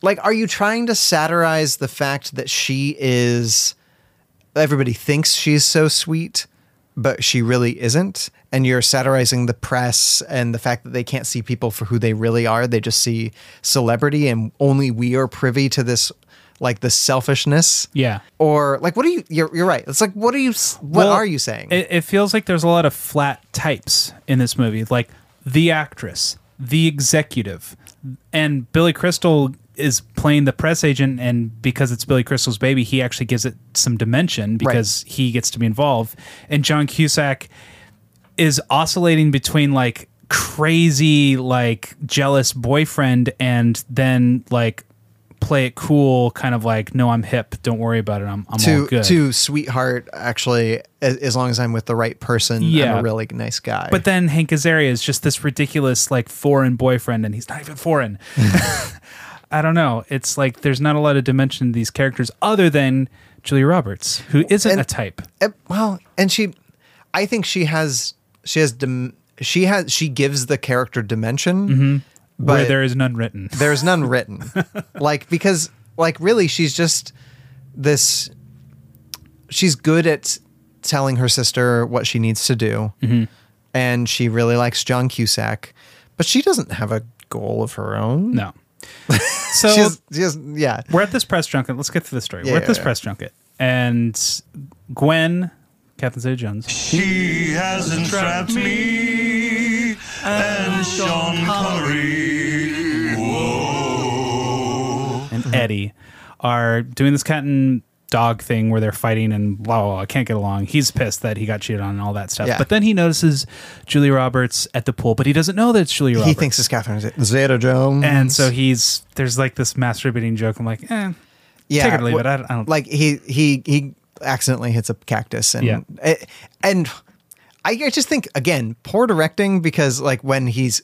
like, are you trying to satirize the fact that she is everybody thinks she's so sweet, but she really isn't? And you're satirizing the press and the fact that they can't see people for who they really are. They just see celebrity, and only we are privy to this, like the selfishness yeah or like what are you you're, you're right it's like what are you s- what Well, are you saying It, it feels like there's a lot of flat types in this movie, like the actress, the executive, and Billy Crystal is playing the press agent. And because it's Billy Crystal's baby, he actually gives it some dimension because he gets to be involved. And John Cusack is oscillating between like crazy, like jealous boyfriend, and then like play it cool, kind of like, no, I'm hip. Don't worry about it. I'm, I'm all to good. to sweetheart actually as, as long as i'm with the right person i'm Yeah. a really nice guy But then Hank Azaria is just this ridiculous like foreign boyfriend, and he's not even [LAUGHS] foreign. [LAUGHS] I don't know. It's like there's not a lot of dimension to these characters other than Julia Roberts, who isn't And- a type. Eh, well and she i think she has she has dim, she has she gives the character dimension Mm-hmm. Where but there is none written. there's none [LAUGHS] written like because like really she's just this she's good at telling her sister what she needs to do Mm-hmm. and she really likes john cusack but she doesn't have a goal of her own No. [LAUGHS] So she's, she's yeah we're at this press junket. Let's get to the story. Yeah, we're at yeah, this yeah. press junket, and Gwen, Catherine Zeta-Jones, She has entrapped me and Sean Connery. Whoa. and Eddie are doing this cat and dog thing where they're fighting and blah, blah, blah, can't get along. He's pissed that he got cheated on and all that stuff. Yeah. But then he notices Julia Roberts at the pool, but he doesn't know that it's Julia Roberts. he thinks it's catherine zeta jones and so he's there's like this masturbating joke. I'm like, eh, yeah take it or leave wh- it. I don't, I don't like he he he accidentally hits a cactus and Yeah. eh, and I, I just think again poor directing because like when he's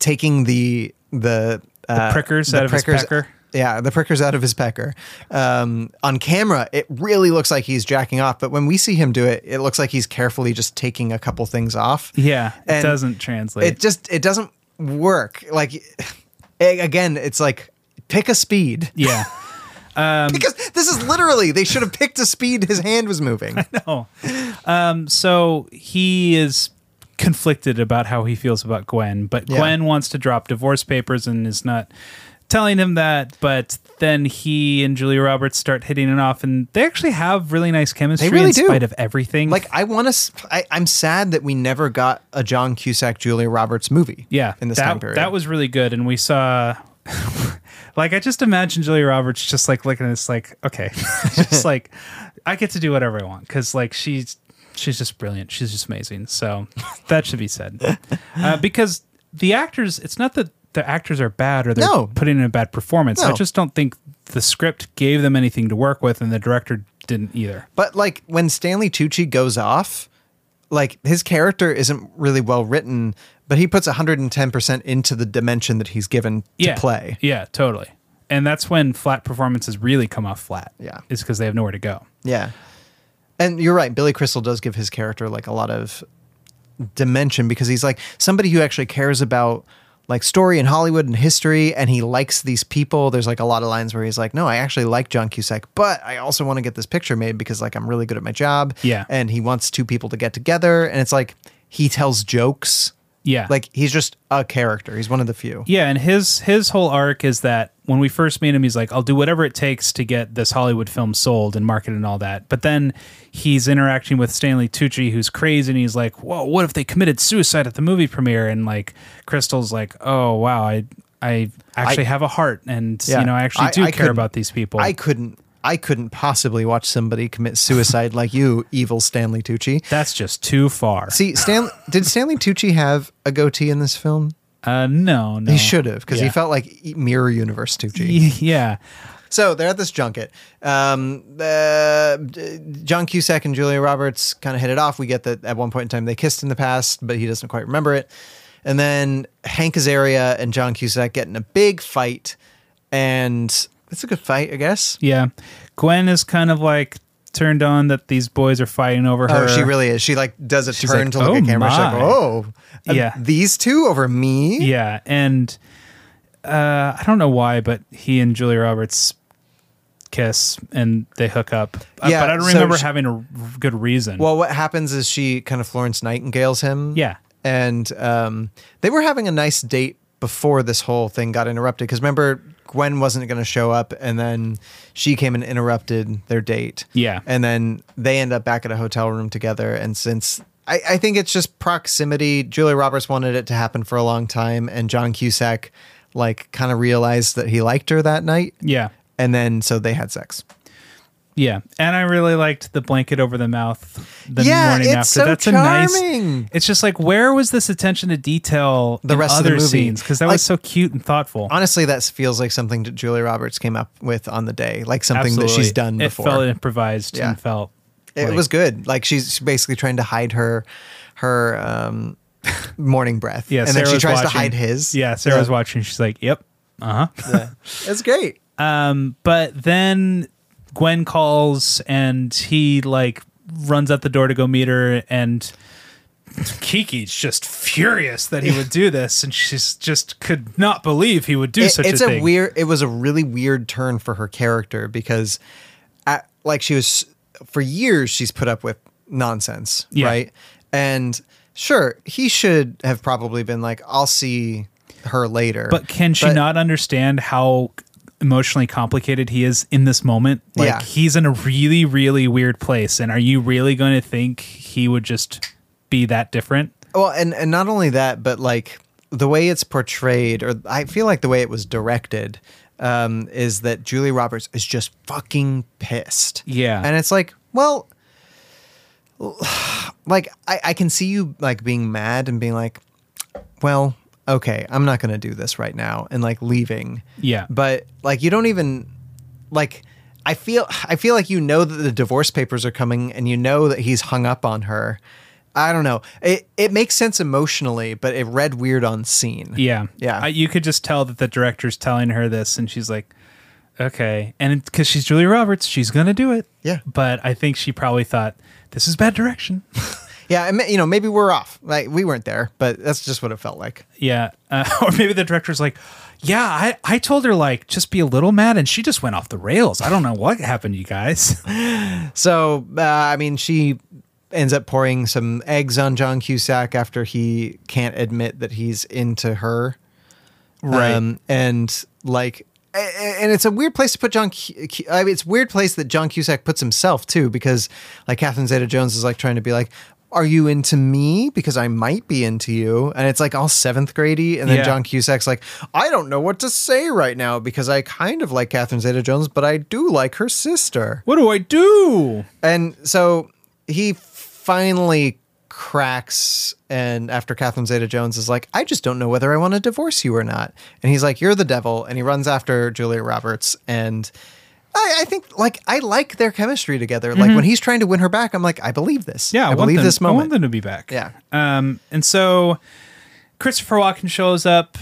taking the the, uh, prickers out of his pecker. yeah the prickers out of his pecker um, on camera it really looks like he's jacking off but when we see him do it it looks like he's carefully just taking a couple things off yeah, it And doesn't translate. it just it doesn't work like [LAUGHS] eh, again it's like pick a speed yeah. [LAUGHS] because this is literally they should have picked a speed his hand [LAUGHS] was moving so he is conflicted about how he feels about Gwen, but Yeah. Gwen wants to drop divorce papers and is not telling him that, but then he and Julia Roberts start hitting it off, and they actually have really nice chemistry really in do. spite of everything. Like I want to. I'm sad that we never got a John Cusack Julia Roberts movie. yeah, in this that, time period. that was really good, and we saw. [LAUGHS] Like I just imagine Julia Roberts just like looking at this like okay, [LAUGHS] just like I get to do whatever I want because like she's she's just brilliant, she's just amazing. So that should be said [LAUGHS] uh, because the actors, it's not that the actors are bad or they're No. putting in a bad performance. I No. just don't think the script gave them anything to work with, and the director didn't either. But like when Stanley Tucci goes off, like his character isn't really well written, but he puts 110% into the dimension that he's given to play. Yeah, totally. And that's when flat performances really come off flat. Yeah. Is because they have nowhere to go. Yeah. And you're right, Billy Crystal does give his character like a lot of dimension because he's like somebody who actually cares about like story and Hollywood and history and he likes these people. There's like a lot of lines where he's like, "No, I actually like John Cusack, but I also want to get this picture made because like I'm really good at my job." Yeah. And he wants two people to get together and it's like he tells jokes. Yeah. Like he's just a character. He's one of the few. Yeah, and his his whole arc is that when we first meet him, he's like, "I'll do whatever it takes to get this Hollywood film sold and marketed and all that." But then he's interacting with Stanley Tucci, who's crazy, and he's like, "Whoa, what if they committed suicide at the movie premiere?" And like, Crystal's like, "Oh wow, I I actually have a heart, and Yeah. you know, I actually I- do I care couldn't- about these people." I couldn't I couldn't possibly watch somebody commit suicide [LAUGHS] like you, evil Stanley Tucci. That's just too far. See, Stan, did Stanley Tucci have a goatee in this film? uh, no, no, [LAUGHS] He should have, because he Yeah. felt like e- Mirror Universe Tucci. Yeah, So they're at this junket. Um, uh, d- John Cusack and Julia Roberts kind of hit it off. We get that at one point in time they kissed in the past, but he doesn't quite remember it. And then Hank Azaria and John Cusack get in a big fight, and it's a good fight, I guess. yeah. Gwen is kind of like turned on that these boys are fighting over her. Oh, she really is. She like does a turn like, to look "Oh at camera. She's like, my." "Oh, uh, Yeah. these two over me." Yeah, and uh, I don't know why, but he and Julia Roberts kiss and they hook up. Uh, Yeah, but I don't so remember she- having a r- good reason. Well, what happens is she kind of Florence Nightingales him. Yeah. And um, they were having a nice date before this whole thing got interrupted. Because remember, Gwen wasn't going to show up, and then she came and interrupted their date. Yeah. And then they end up back at a hotel room together. And since I, I think it's just proximity, Julia Roberts wanted it to happen for a long time, and John Cusack like kind of realized that he liked her that night. yeah, And then so they had sex. yeah, and I really liked the blanket over the mouth the Yeah, morning it's after. so That's a nice. charming. It's just like where was this attention to detail The in rest of the other movie. scenes because that Like- was so cute and thoughtful. honestly, that feels like something that Julia Roberts came up with on the day, like something that Absolutely. she's done it before. felt improvised Yeah. and felt. it like- was good. Like she's basically trying to hide her her um, [LAUGHS] morning breath. Yeah, and Sarah then she was tries to watching. hide his. Yeah, Sarah was Yeah. watching. She's like, "Yep, It's great. but then Gwen calls and he like runs out the door to go meet her and Kiki's just furious that he would do this and she's just could not believe he would do It- such it's a a, thing. weird. It was a really weird turn for her character because, at, like, she was for years she's put up with nonsense, Yeah. right? And sure, he should have probably been like, "I'll see her later." but can she But- not understand how emotionally complicated he is in this moment? Like Yeah. he's in a really really weird place and are you really going to think he would just be that different? Well, and and not only that, but like the way it's portrayed, or I feel like the way it was directed, um, is that Julie Roberts is just fucking pissed. Yeah. and it's like, well, [SIGHS] like I, I can see you like being mad and being like, well, okay, I'm not gonna do this right now, and like leaving. Yeah. but like you don't even like. I feel I feel like you know that the divorce papers are coming and you know that he's hung up on her. I don't know. It it makes sense emotionally, but it read weird on scene. Yeah. Yeah. I, you could just tell that the director's telling her this and she's like, okay. And because she's Julia Roberts, she's going to do it. Yeah. But I think she probably thought, this is bad direction. [LAUGHS] Yeah, I mean, you know, maybe we're off. Like we weren't there, but that's just what it felt like. yeah. Uh, [LAUGHS] or maybe the director's like, yeah, I, I told her, like, just be a little mad and she just went off the rails. I don't know what happened, you guys. [LAUGHS] So, uh, I mean, she ends up pouring some eggs on John Cusack after he can't admit that he's into her. Right. Um, and like a- a- and it's a weird place to put John. Cu- Cu- I mean, it's a weird place that John Cusack puts himself too, because like Catherine Zeta-Jones is like trying to be like, "Are you into me? Because I might be into you." And it's like all seventh grady, and then Yeah. John Cusack's like, "I don't know what to say right now because I kind of like Catherine Zeta-Jones, but I do like her sister." What do I do? And so he finally cracks and after Catherine Zeta Jones is like, I just don't know whether I want to divorce you or not. And he's like, You're the devil. And he runs after Julia Roberts and I, I think like I like their chemistry together. Like when he's trying to win her back, I'm like, I believe this. Mm-hmm. Yeah, I, want believe them- this I want moment. them to be back. Yeah. Um, and so Christopher Walken shows up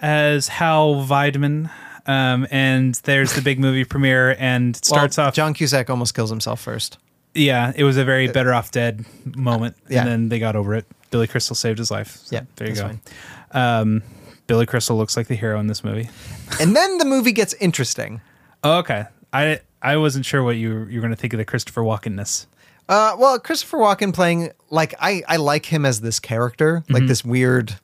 as Hal Weidman, um, and there's the big movie premiere, and it Well, starts off. John Cusack almost kills himself first. yeah, it was a very better off dead moment, yeah. and then they got over it. Billy Crystal saved his life. So Yeah, there you that's go. Um, Billy Crystal looks like the hero in this movie. And then the movie gets interesting. Oh, okay, I I wasn't sure what you you were going to think of the Christopher Walkenness. Uh, well, Christopher Walken playing like I I like him as this character, like this weird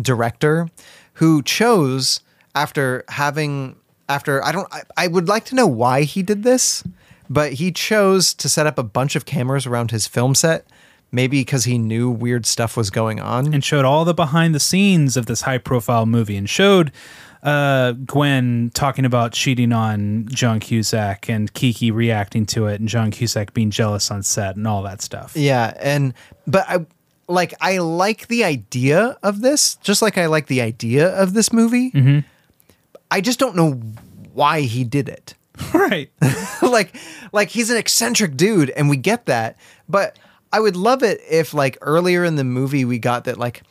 director who chose after having after I don't I, I would like to know why he did this, but he chose to set up a bunch of cameras around his film set, maybe because he knew weird stuff was going on. and showed all the behind the scenes of this high profile movie and showed uh, Gwen talking about cheating on John Cusack and Kiki reacting to it and John Cusack being jealous on set and all that stuff. Yeah, and but I like I like the idea of this, just like I like the idea of this movie. I just don't know why he did it. [LAUGHS] right. [LAUGHS] like like he's an eccentric dude and we get that but i would love it if like earlier in the movie we got that like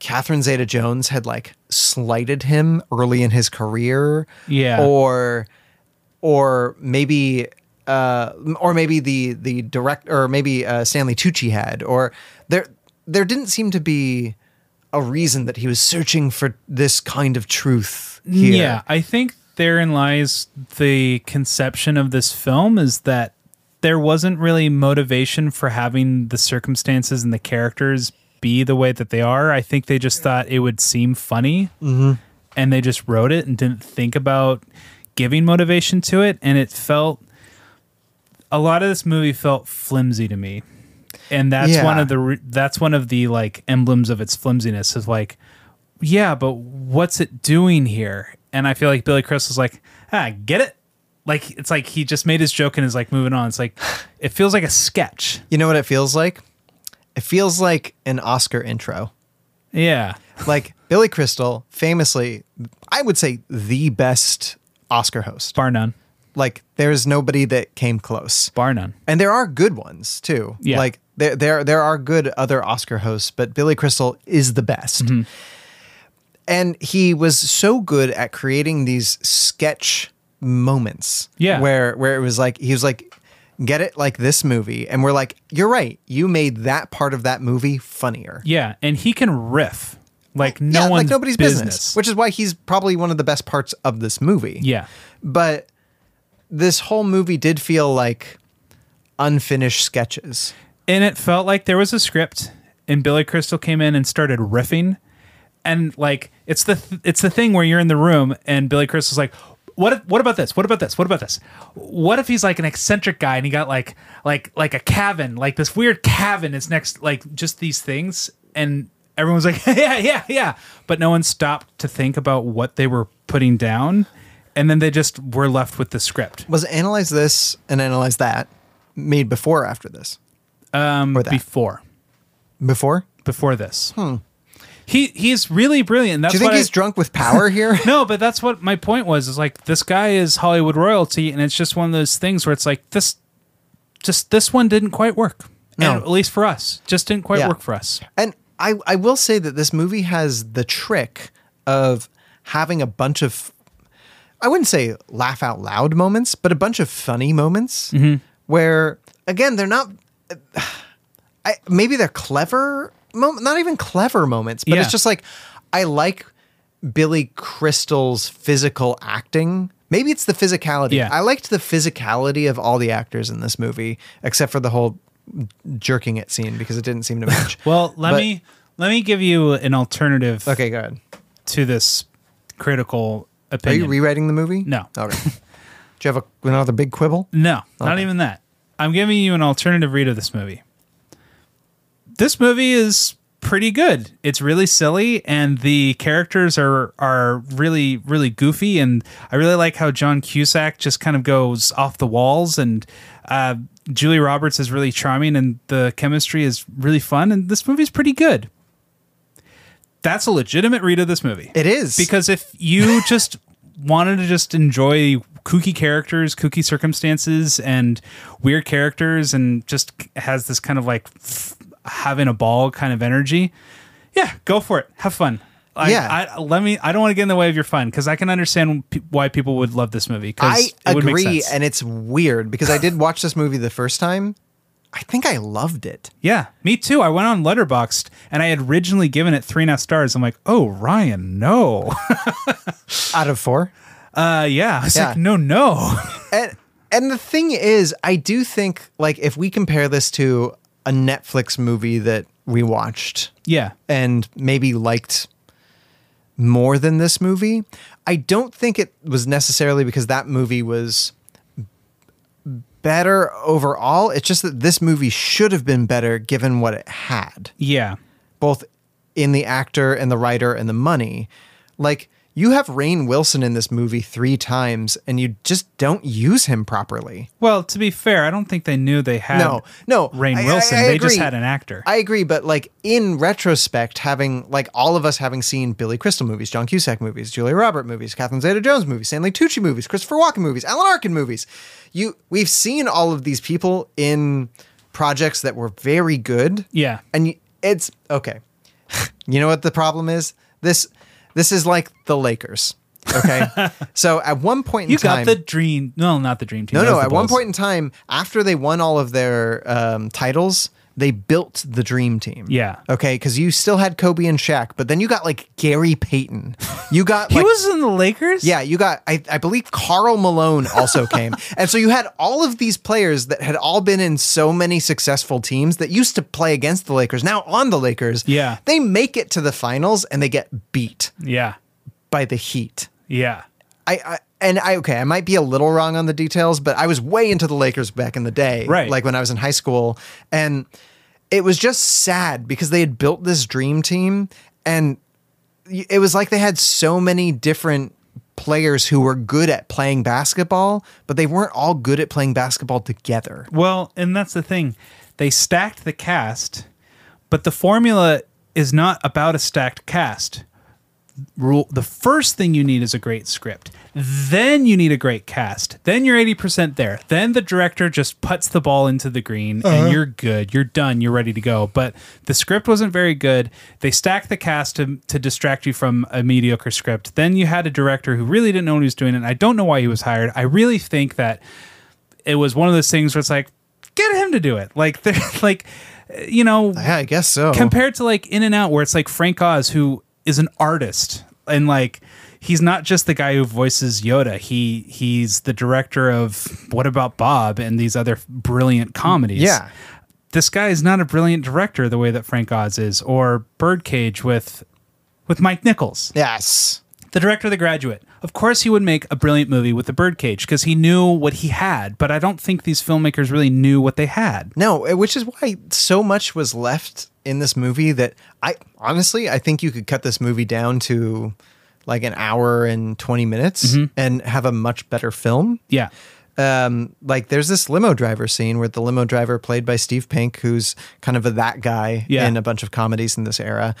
catherine zeta jones had like slighted him early in his career Yeah. or or maybe uh or maybe the the direct or maybe uh stanley tucci had or there there didn't seem to be a reason that he was searching for this kind of truth here. Yeah. I think therein lies the conception of this film is that there wasn't really motivation for having the circumstances and the characters be the way that they are. I think they just thought it would seem funny and they just wrote it and didn't think about giving motivation to it and it felt a lot of this movie felt flimsy to me and that's Yeah. one of the re- that's one of the like emblems of its flimsiness is like yeah but what's it doing here and i feel like billy crystal's like ah get it like it's like he just made his joke and is like moving on it's like it feels like a sketch you know what it feels like it feels like an oscar intro yeah like [LAUGHS] Billy Crystal, famously, I would say the best Oscar host. bar none Like there's nobody that came close, bar none and there are good ones too. Yeah. Like there there there are good other Oscar hosts, but Billy Crystal is the best. Mm-hmm. And he was so good at creating these sketch moments. Yeah. Where where it was like he was like. Get it like this movie, and we're like, you're right. You made that part of that movie funnier. yeah and he can riff like no Oh, Yeah, one's like nobody's business. business, which is why he's probably one of the best parts of this movie. yeah but this whole movie did feel like unfinished sketches. and it felt like there was a script and billy crystal came in and started riffing and like it's the th- it's the thing where you're in the room and billy crystal's like what if, what about this what about this what about this what if he's like an eccentric guy and he got like like like a cabin like this weird cabin is next like just these things and everyone's like [LAUGHS] yeah yeah yeah but no one stopped to think about what they were putting down and then they just were left with the script Was analyze this and analyze that made before or after this? Um, or that before before? before this he he's really brilliant that's Do you think what I- he's drunk with [LAUGHS] power here? No, but that's what my point was. Is like this guy is Hollywood royalty, and it's just one of those things where it's like this, just this one didn't quite work. No. And at least for us, just didn't quite Yeah. work for us. And I, I will say that this movie has the trick of having a bunch of, I wouldn't say laugh out loud moments, but a bunch of funny moments Mm-hmm. where, again, they're not, [SIGHS] I, maybe they're clever, mom, not even clever moments, but Yeah. it's just like, I like Billy Crystal's physical acting. Maybe it's the physicality. Yeah. I liked the physicality of all the actors in this movie, except for the whole jerking it scene because it didn't [LAUGHS] seem to match. Well, let But- me let me give you an alternative Okay, go ahead. to this critical Are you opinion. rewriting the movie? No. [LAUGHS] Okay. Do you have a, another big quibble? No, not Okay. even that. I'm giving you an alternative read of this movie. This movie is pretty good. It's really silly and the characters are are really really goofy and I really like how John Cusack just kind of goes off the walls and uh Julie Roberts is really charming and the chemistry is really fun and this movie's pretty good. That's a legitimate read of this movie. It is Because if [LAUGHS] you just wanted to just enjoy kooky characters, kooky circumstances, and weird characters, and just has this kind of like f- having a ball kind of energy, yeah, go for it. Have fun. Like, Yeah. I, let me. I don't want to get in the way of your fun because I can understand pe- why people would love this movie. 'cause I it would make agree, sense. and it's weird because I did watch this movie the first time. I think I loved it. Yeah, me too. I went on Letterboxd and I had originally given it three and a half stars. I'm like, oh, Ryan, [LAUGHS] no. Out of four. Uh, yeah. I was Yeah. like, no, no. [LAUGHS] and and the thing is, I do think like if we compare this to a Netflix movie that we watched yeah. and maybe liked more than this movie, I don't think it was necessarily because that movie was better overall. It's just that this movie should have been better given what it had Yeah. both in the actor and the writer and the money. Like you have Rain Wilson in this movie three times and you just don't use him properly. Well, to be fair, I don't think they knew they had No, no, Rain I- I- Wilson. I they just agree. had an actor. I agree, but like in retrospect, having like all of us having seen Billy Crystal movies, John Cusack movies, Julia Robert movies, Catherine Zeta Jones movies, Stanley Tucci movies, Christopher Walken movies, Alan Arkin movies, you we've seen all of these people in projects that were very good. yeah, and y- it's okay. [LAUGHS] You know what the problem is? This this is like the Lakers. [LAUGHS] Okay, so at one point in you time, got the dream. No, not the dream team. no That was no. the At one Bulls. point in time, after they won all of their um, titles, they built the dream team. Yeah. Okay, because you still had Kobe and Shaq, but then you got like Gary Payton. [LAUGHS] You got he like, was in the Lakers. yeah, you got, I, I believe Carl Malone also [LAUGHS] came. And so you had all of these players that had all been in so many successful teams that used to play against the Lakers, now on the Lakers. Yeah. They make it to the finals and they get beat yeah, by the Heat. yeah. I, I and I okay, I might be a little wrong on the details, but I was way into the Lakers back in the day, Right. Like when I was in high school, and it was just sad because they had built this dream team, and y- it was like they had so many different players who were good at playing basketball, but they weren't all good at playing basketball together. Well, and that's the thing. They stacked the cast, but the formula is not about a stacked cast. Rule the first thing you need is a great script. Then you need a great cast. Then you're 80% there. Then the director just puts the ball into the green and you're good. You're done. You're ready to go. But the script wasn't very good. They stacked the cast to, to distract you from a mediocre script. Then you had a director who really didn't know what he was doing. And I don't know why he was hired. I really think that it was one of those things where it's like get him to do it like [LAUGHS] they're like you know Yeah, I guess so. compared to like in and out where it's like frank oz who is an artist and like he's not just the guy who voices yoda he he's the director of what about bob and these other brilliant comedies yeah, this guy is not a brilliant director the way that frank oz is or birdcage with with mike nichols yes, the director of The Graduate. Of course, he would make a brilliant movie with The Birdcage because he knew what he had, but I don't think these filmmakers really knew what they had. no, eh, which is why so much was left in this movie that I honestly I think you could cut this movie down to like an hour and 20 minutes and have a much better film. Yeah. Um, like there's this limo driver scene where the limo driver played by Steve Pink, who's kind of a that guy Yeah. in a bunch of comedies in this era.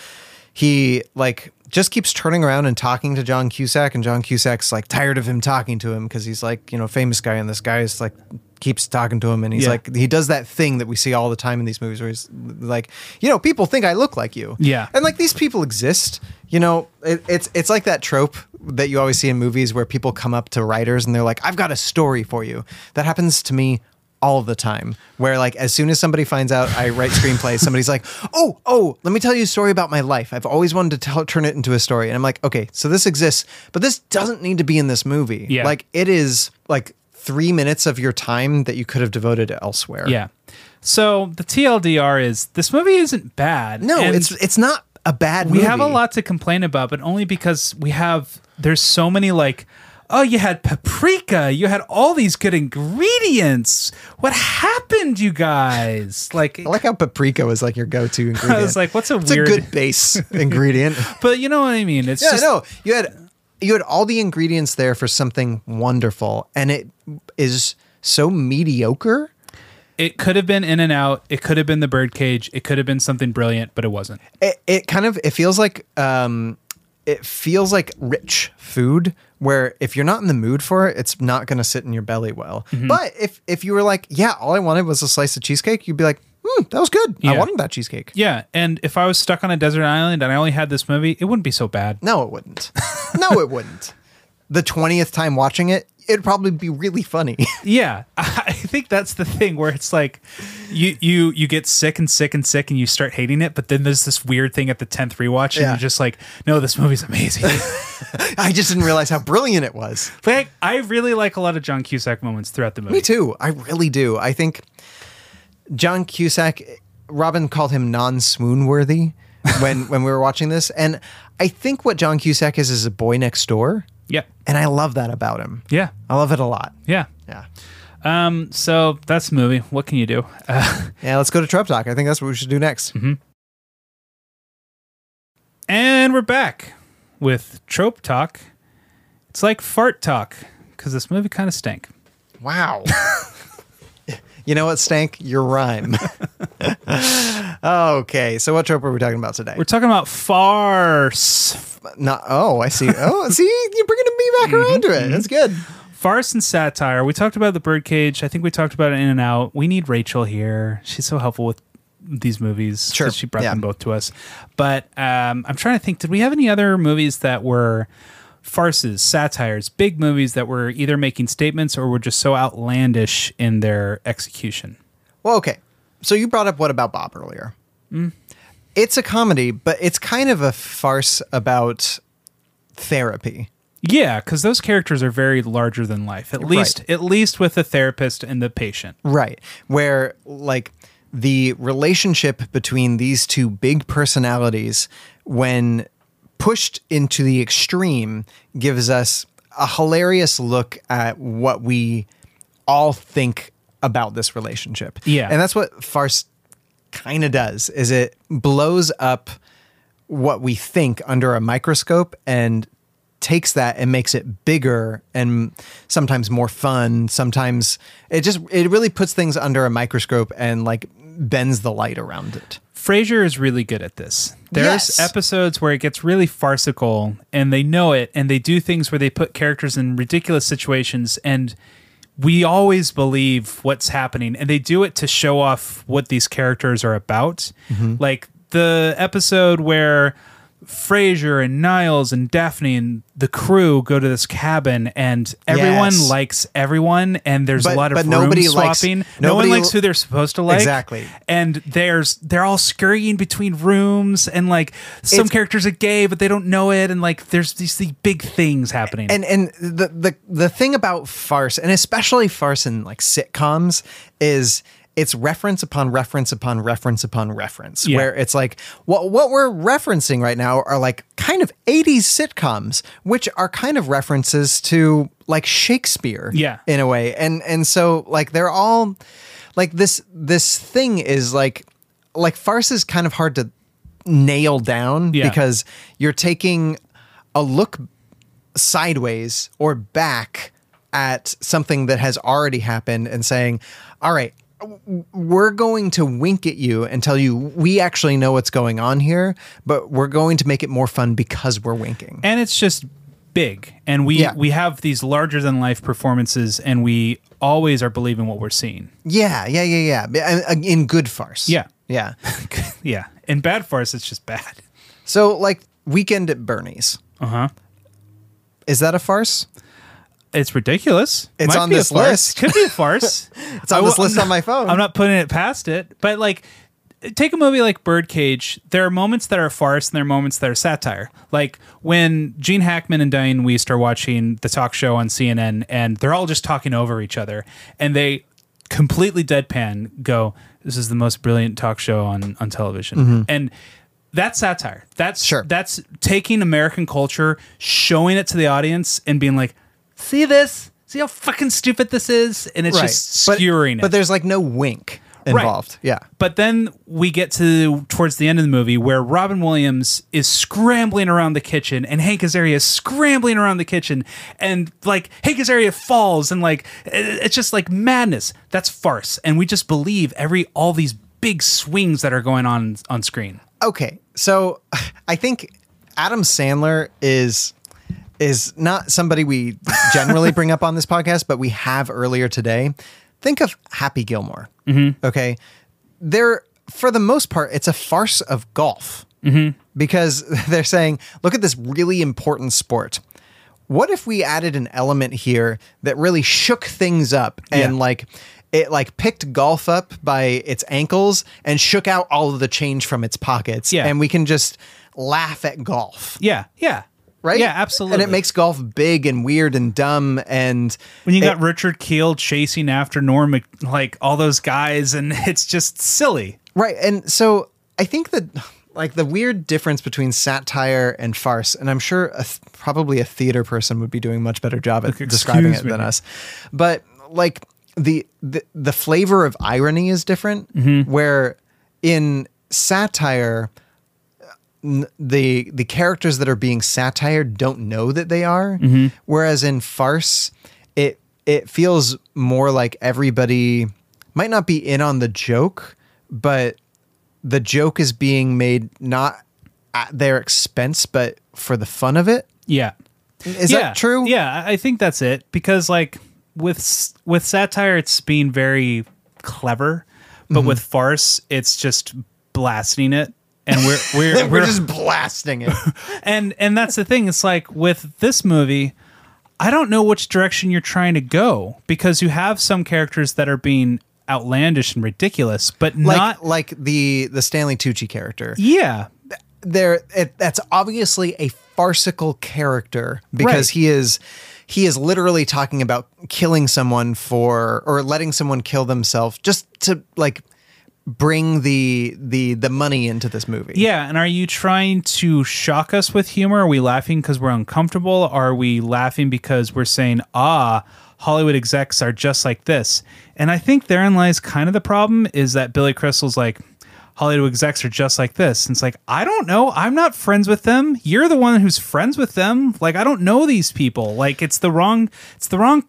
He like just keeps turning around and talking to John Cusack, and John Cusack's like tired of him talking to him because he's like you know famous guy, and this guy is like keeps talking to him, and he's Yeah. like he does that thing that we see all the time in these movies where he's like you know people think I look like you, Yeah. and like these people exist. You know, it, it's it's like that trope that you always see in movies where people come up to writers and they're like, "I've got a story for you." That happens to me all the time. Where like as soon as somebody finds out I [LAUGHS] write screenplays, somebody's like, "Oh, oh, let me tell you a story about my life. I've always wanted to tell, turn it into a story." And I'm like, "Okay, so this exists, but this doesn't need to be in this movie. Yeah. Like it is like." Three minutes of your time that you could have devoted elsewhere. Yeah. So the TLDR is this movie isn't bad. No, and it's it's not a bad we movie. have a lot to complain about, but only because we have there's so many like oh you had paprika, you had all these good ingredients. What happened, you guys? Like I like how paprika was like your go-to ingredient. [LAUGHS] I was like, what's a it's weird a good [LAUGHS] base ingredient. But you know what I mean? It's yeah, just no, you had you had all the ingredients there for something wonderful, and it is so mediocre. it could have been in and out, it could have been the birdcage, it could have been something brilliant, but it wasn't. It, it kind of it feels like um, it feels like rich food where if you're not in the mood for it, it's not going to sit in your belly well. Mm-hmm. But if if you were like, yeah, all I wanted was a slice of cheesecake, you'd be like, hmm, that was good. I Yeah. wanted that cheesecake. Yeah, and if I was stuck on a desert island and I only had this movie, it wouldn't be so bad. No, it wouldn't. No, it wouldn't. The twentieth time watching it, it'd probably be really funny. [LAUGHS] Yeah, [LAUGHS] I think that's the thing where it's like you you you get sick and sick and sick and you start hating it, but then there's this weird thing at the tenth rewatch and Yeah. you're just like, no, this movie's [LAUGHS] amazing. I just didn't realize how brilliant it was. like I really like a lot of John Cusack moments throughout the movie. Me too. I really do. I think John Cusack, Robin called him non swoon worthy when, when we were watching this. And I think what John Cusack is is a boy next door. Yeah, And I love that about him. yeah, I love it a lot. yeah. Yeah. Um, so that's the movie. What can you do? [LAUGHS] Uh, mm-hmm. Yeah, let's go to Trump Talk. I think that's what we should do next. and we're back with trope talk. It's like fart talk because this movie kind of stank. Wow. [LAUGHS] you know what, Stank? Your rhyme. [LAUGHS] okay. So, what trope are we talking about today? We're talking about farce. Not, oh, I see. Oh, see, you're bringing me back around to it. That's good. farce and satire. We talked about the birdcage. I think we talked about it in and out. We need Rachel here. She's so helpful with these movies. Sure. 'cause She brought Yeah. them both to us. But um, I'm trying to think, did we have any other movies that were farces, satires, big movies that were either making statements or were just so outlandish in their execution? Well, okay. So you brought up what about Bob earlier? It's a comedy, but it's kind of a farce about therapy. Yeah, because those characters are very larger than life. At least, at least with the therapist and the patient. Right. Where like the relationship between these two big personalities when pushed into the extreme gives us a hilarious look at what we all think about this relationship. Yeah. And that's what farce kind of does is it blows up what we think under a microscope and takes that and makes it bigger and sometimes more fun sometimes it just it really puts things under a microscope and like bends the light around it Frasier is really good at this. There's Yes. episodes where it gets really farcical and they know it and they do things where they put characters in ridiculous situations and we always believe what's happening and they do it to show off what these characters are about. Mm-hmm. Like the episode where Frasier and Niles and Daphne and the crew go to this cabin and everyone Yes. likes everyone and there's But- a lot of but room nobody likes- swapping. no one nobody likes l- who they're supposed to like. Exactly. And there's they're all scurrying between rooms and like some It's- characters are gay but they don't know it and like there's these, these big things happening. and and the the the thing about farce and especially farce in like sitcoms is it's reference upon reference upon reference upon reference Yeah. where it's like what what we're referencing right now are like kind of 80s sitcoms which are kind of references to like Shakespeare Yeah. in a way and and so like they're all like this this thing is like like farce is kind of hard to nail down Yeah. because you're taking a look sideways or back at something that has already happened and saying, all right, w- we're going to wink at you and tell you we actually know what's going on here, but we're going to make it more fun because we're winking. and it's just big and we Yeah. we have these larger than life performances and we always are believing what we're seeing. Yeah, yeah, yeah, yeah. I- I- In good farce. Yeah. Yeah. [LAUGHS] yeah. In bad farce it's just bad. So, like, Weekend at Bernie's. Uh Uh-huh. Is that a farce? It's ridiculous. It's Might on be a this farce. list. Could be a [LAUGHS] farce. It's on I this will- list on my [LAUGHS] phone. I'm not putting it past it. But like, take a movie like Birdcage. There are moments that are farce, and there are moments that are satire. Like when Gene Hackman and Diane Wiest are watching the talk show on CNN, and they're all just talking over each other, and they completely deadpan go, "This is the most brilliant talk show on on television," and That's satire. That's Mm-hmm. Sure. That's taking American culture, showing it to the audience, and being like, "See this? See how fucking stupid this is?" And it's just But- skewering but, it. there's like no wink involved. Yeah. But then we get to towards the end of the movie where Robin Williams is scrambling around the kitchen and Hank Azaria is scrambling around the kitchen and like Hank Azaria falls and like it- it's just like madness. That's farce, and we just believe every all these big swings that are going on on screen. Okay. So [LAUGHS] I think Adam Sandler is is not somebody we generally bring up on this podcast, but we have earlier today. Think of Happy Gilmore. Mm-hmm. Okay. They're for the most part, it's a farce of golf. Mm-hmm. Because [LAUGHS] they're saying, look at this really important sport. What if we added an element here that really shook things up and Yeah. like it like picked golf up by its ankles and shook out all of the change from its pockets. Yeah. And we can just laugh at golf Yeah, yeah, right? Yeah, absolutely. And it makes golf big and weird and dumb and when you it- got Richard Keel chasing after Norm, Mac- like all those guys, and [LAUGHS] it's just silly. right. And so I think that like the weird difference between satire and farce, and I'm sure a th- probably a theater person would be doing a much better job at describing excuse it me. than us, but like the the, the flavor of irony is different. Mm-hmm. Where in satire. n- The the characters that are being satired don't know that they are, Mm-hmm. whereas in farce, it it feels more like everybody might not be in on the joke, but the joke is being made not at their expense, but for the fun of it. Yeah. Is yeah, that true? Yeah, I I think that's it because like with s- with satire it's being very clever, but Mm-hmm. with farce it's just blasting it and [LAUGHS] we're we're, We're just blasting it. and and that's the thing it's like with this movie I don't know which direction you're trying to go because you have some characters that are being outlandish and ridiculous, but [LAUGHS] Like not like the the Stanley Tucci character. yeah, There it, that's obviously a farcical character because Right. he is he is literally talking about killing someone for or letting someone kill themselves just to like bring the the the money into this movie. Yeah, and are you trying to shock us with humor? Are we laughing because we're uncomfortable? Are we laughing because we're saying, ah, Hollywood execs are just like this? And I think therein lies kind of the problem is that Billy Crystal's like, Hollywood execs are just like this. And it's like, I don't know. I'm not friends with them. You're the one who's friends with them. Like, I don't know these people. Like, it's the wrong, it's the wrong,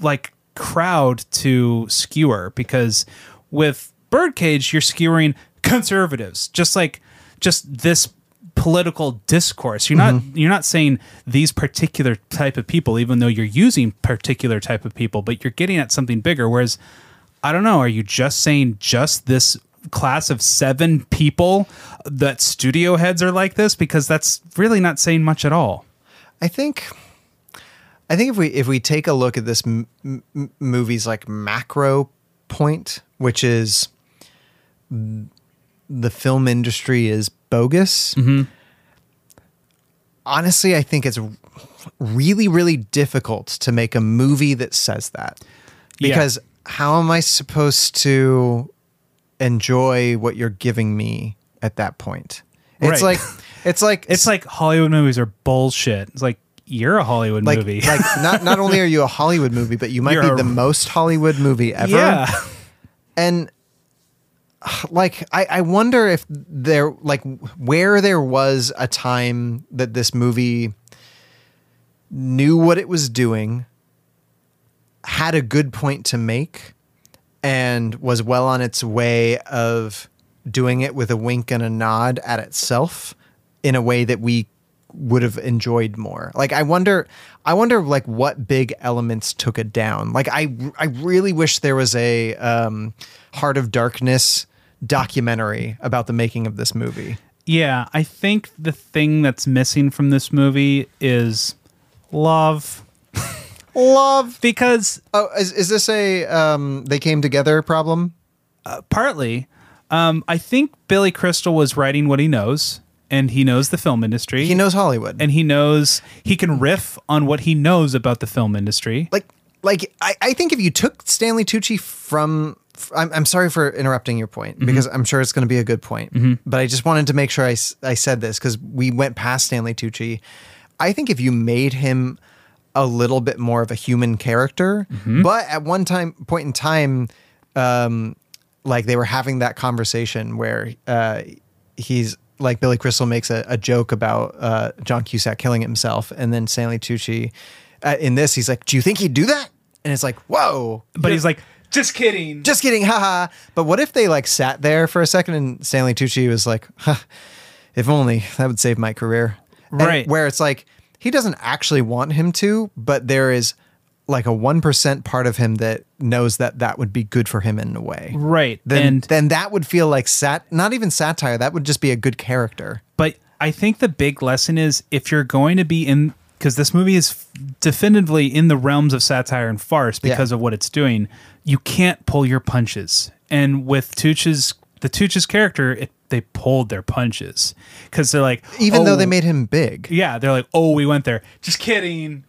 like, crowd to skewer because with Birdcage, you're skewering conservatives, just like just this political discourse. You're not you're not saying these particular type of people, even though you're using particular type of people, but you're getting at something bigger. Whereas I don't know, are you just saying just this class of seven people that studio heads are like this? Because that's really not saying much at all. I think, I think if we if we take a look at this m- m- m- movie's like macro point, which is the film industry is bogus. Mm-hmm. Honestly, I think it's really really difficult to make a movie that says that Yeah. because how am I supposed to enjoy what you're giving me at that point? It's Right. like it's like [LAUGHS] It's like Hollywood movies are bullshit. It's like you're a Hollywood like, movie. like not not only are you a Hollywood movie, but you might You're be a- the most Hollywood movie [LAUGHS] ever. yeah. And [SIGHS] like I, I wonder if there like where there was a time that this movie knew what it was doing, had a good point to make, and was well on its way of doing it with a wink and a nod at itself in a way that we would have enjoyed more. Like I wonder I wonder like what big elements took it down. Like I I really wish there was a um Heart of Darkness documentary about the making of this movie. Yeah, I think the thing that's missing from this movie is love Love. because Oh, is, is this a um they came together problem? partly um, I think Billy Crystal was writing what he knows and he knows the film industry. He knows Hollywood. and he knows he can riff on what he knows about the film industry. like like I, I think if you took Stanley Tucci from f- I'm, I'm sorry for interrupting your point because I'm sure it's going to be a good point. But I just wanted to make sure I, s- I said this because we went past Stanley Tucci. I think if you made him a little bit more of a human character, but at one time point in time, um, like they were having that conversation where uh, he's like Billy Crystal makes a, a joke about uh, John Cusack killing himself, and then Stanley Tucci uh, in this he's like, "Do you think he'd do that?" And it's like, "Whoa!" But he's like, just kidding. just kidding, haha. But what if they like sat there for a second and Stanley Tucci was like, huh, if only that would save my career. And Right. where it's like, he doesn't actually want him to, but there is like a 1% part of him that knows that that would be good for him in a way. Right. Then, and then that would feel like sat, not even satire. That would just be a good character. but I think the big lesson is if you're going to be in because this movie is f- definitively in the realms of satire and farce because Yeah. of what it's doing, you can't pull your punches. And with Tooch's the Tooch's character, it, they pulled their punches because they're like, Even though "Oh, they made him big. yeah, they're like, oh, we went there. Just kidding,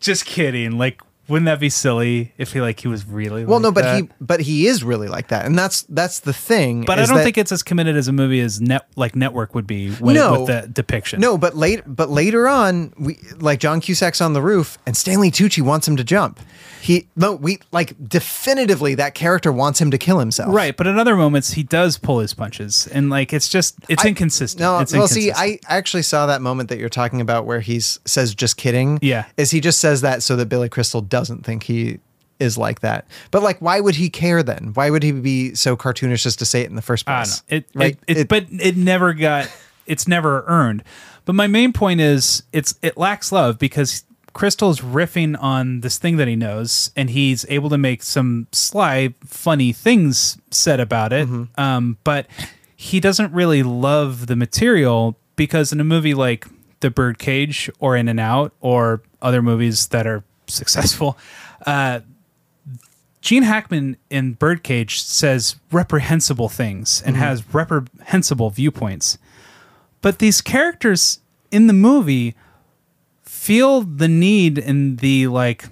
just kidding. Like, wouldn't that be silly if he like he was really Well, like no, but that? he, but he is really like that. And that's, that's the thing. But I is don't that- think it's as committed as a movie as net like Network would be with, No. with the depiction. No, but late, but later on, we like John Cusack's on the roof, and Stanley Tucci wants him to jump. He no, we like definitively that character wants him to kill himself. Right, but in other moments he does pull his punches, and like it's just it's inconsistent. No, it's well, see, inconsistent. I actually saw that moment that you're talking about where he says, "Just kidding." Yeah. is he just says that so that Billy Crystal doesn't think he is like that? But like, why would he care then? Why would he be so cartoonish just to say it in the first I place? don't know. It, right? it, it, but it never got. It's never earned. But my main point is it's it lacks love because Crystal's riffing on this thing that he knows, and he's able to make some sly, funny things said about it. Um, but he doesn't really love the material because in a movie like The Birdcage or In and Out or other movies that are successful, Gene Hackman in Birdcage says reprehensible things and Mm-hmm. has reprehensible viewpoints. But these characters in the movie feel the need and the like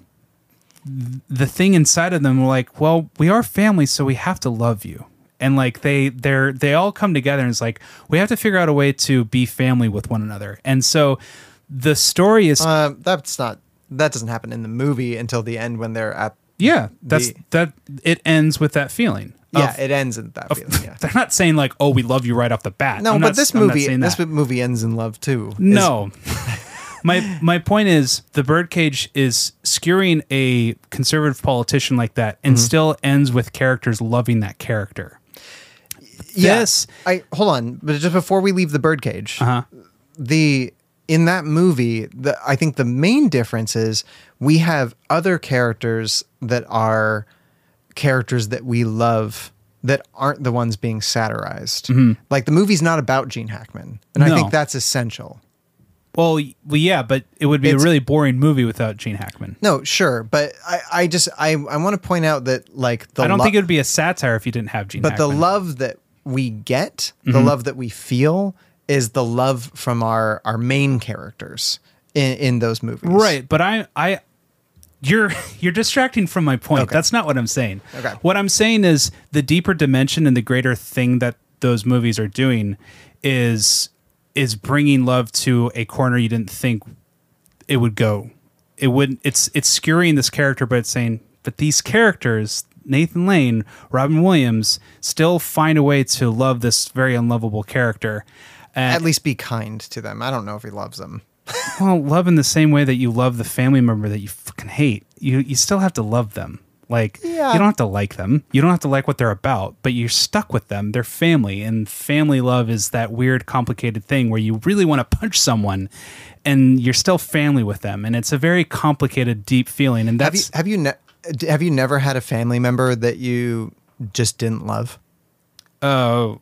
th- the thing inside of them like, well, we are family so we have to love you. And like they they're they all come together and it's like we have to figure out a way to be family with one another. And so the story is Uh, that's not. That doesn't happen in the movie until the end when they're at. yeah, that's the- that it ends with that feeling. of- Yeah, oh, it ends in [LAUGHS] that feeling. Yeah. They're not saying like, "Oh, we love you" right off the bat. No, I'm but not- this I'm not movie, saying this that. movie ends in love too. no. [LAUGHS] my my point is, the birdcage is skewering a conservative politician like that, and Mm-hmm. still ends with characters loving that character. Yes. Uh-huh. yes. I hold on, but just before we leave the birdcage, the in that movie, the I think the main difference is we have other characters that are characters that we love that aren't the ones being satirized. Like the movie's not about Gene Hackman, and Mm-hmm. No. I think that's essential. Well, y- well, yeah, but it would be a It's- really boring movie without Gene Hackman. No, sure, but I, I just I, I want to point out that like the I don't lo- think it would be a satire if you didn't have Gene. but Hackman. the love that we get the Mm-hmm. love that we feel is the love from our our main characters in, in those movies Right, but I I you're [LAUGHS] you're distracting from my point. Okay. That's not what I'm saying. Okay. What I'm saying is the deeper dimension and the greater thing that those movies are doing is is bringing love to a corner you didn't think it would go. It would it's it's skewering this character but it's saying but these characters Nathan Lane, Robin Williams still find a way to love this very unlovable character. And at least be kind to them i don't know if he loves them well, love in the same way that you love the family member that you fucking hate. You you still have to love them. Like Yeah. you don't have to like them. You don't have to like what they're about, but you're stuck with them. They're family, and family love is that weird, complicated thing where you really want to punch someone, and you're still family with them, and it's a very complicated, deep feeling. And have you that's have you ne- d- have you never had a family member that you just didn't love uh,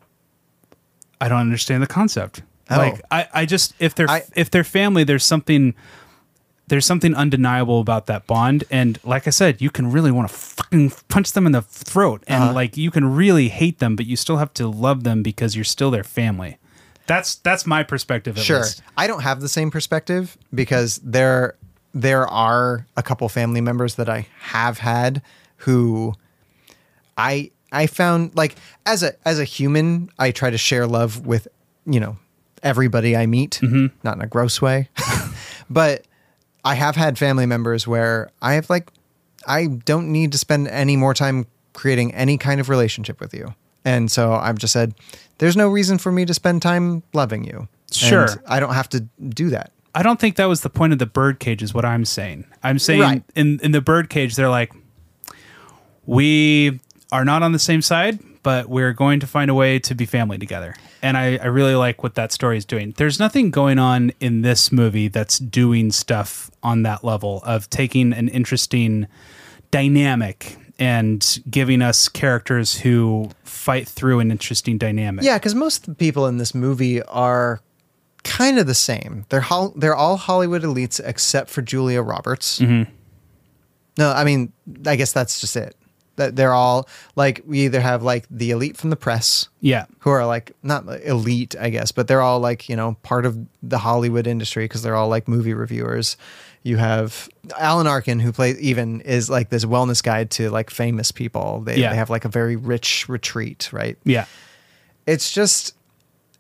I don't understand the concept. Oh. Like I, I just if they're I- if they're family, there's something there's something undeniable about that bond. And like I said, you can really want to fucking punch them in the throat, and Uh-huh. like you can really hate them, but you still have to love them because you're still their family. That's that's my perspective. At sure least. i don't have the same perspective because there there are a couple family members that i have had who i I found like as a as a human, I try to share love with you know everybody I meet, not in a gross way, [LAUGHS] but I have had family members where I have like I don't need to spend any more time creating any kind of relationship with you, and so I've just said there's no reason for me to spend time loving you. And Sure. I don't have to do that. I don't think that was the point of the bird cage, is what I'm saying. I'm saying Right. in in the bird cage, they're like, we are not on the same side, but we're going to find a way to be family together. And I, I really like what that story is doing. There's nothing going on in this movie that's doing stuff on that level of taking an interesting dynamic and giving us characters who fight through an interesting dynamic. Yeah, because most of the people in this movie are kind of the same. They're hol- they're all Hollywood elites except for Julia Roberts. No, I mean, I guess that's just it. That they're all like we either have like the elite from the press, Yeah. who are like not elite, I guess, but they're all like, you know, part of the Hollywood industry because they're all like movie reviewers. You have Alan Arkin, who plays even is like this wellness guide to like famous people. They, Yeah. they have like a very rich retreat, right? Yeah. It's just,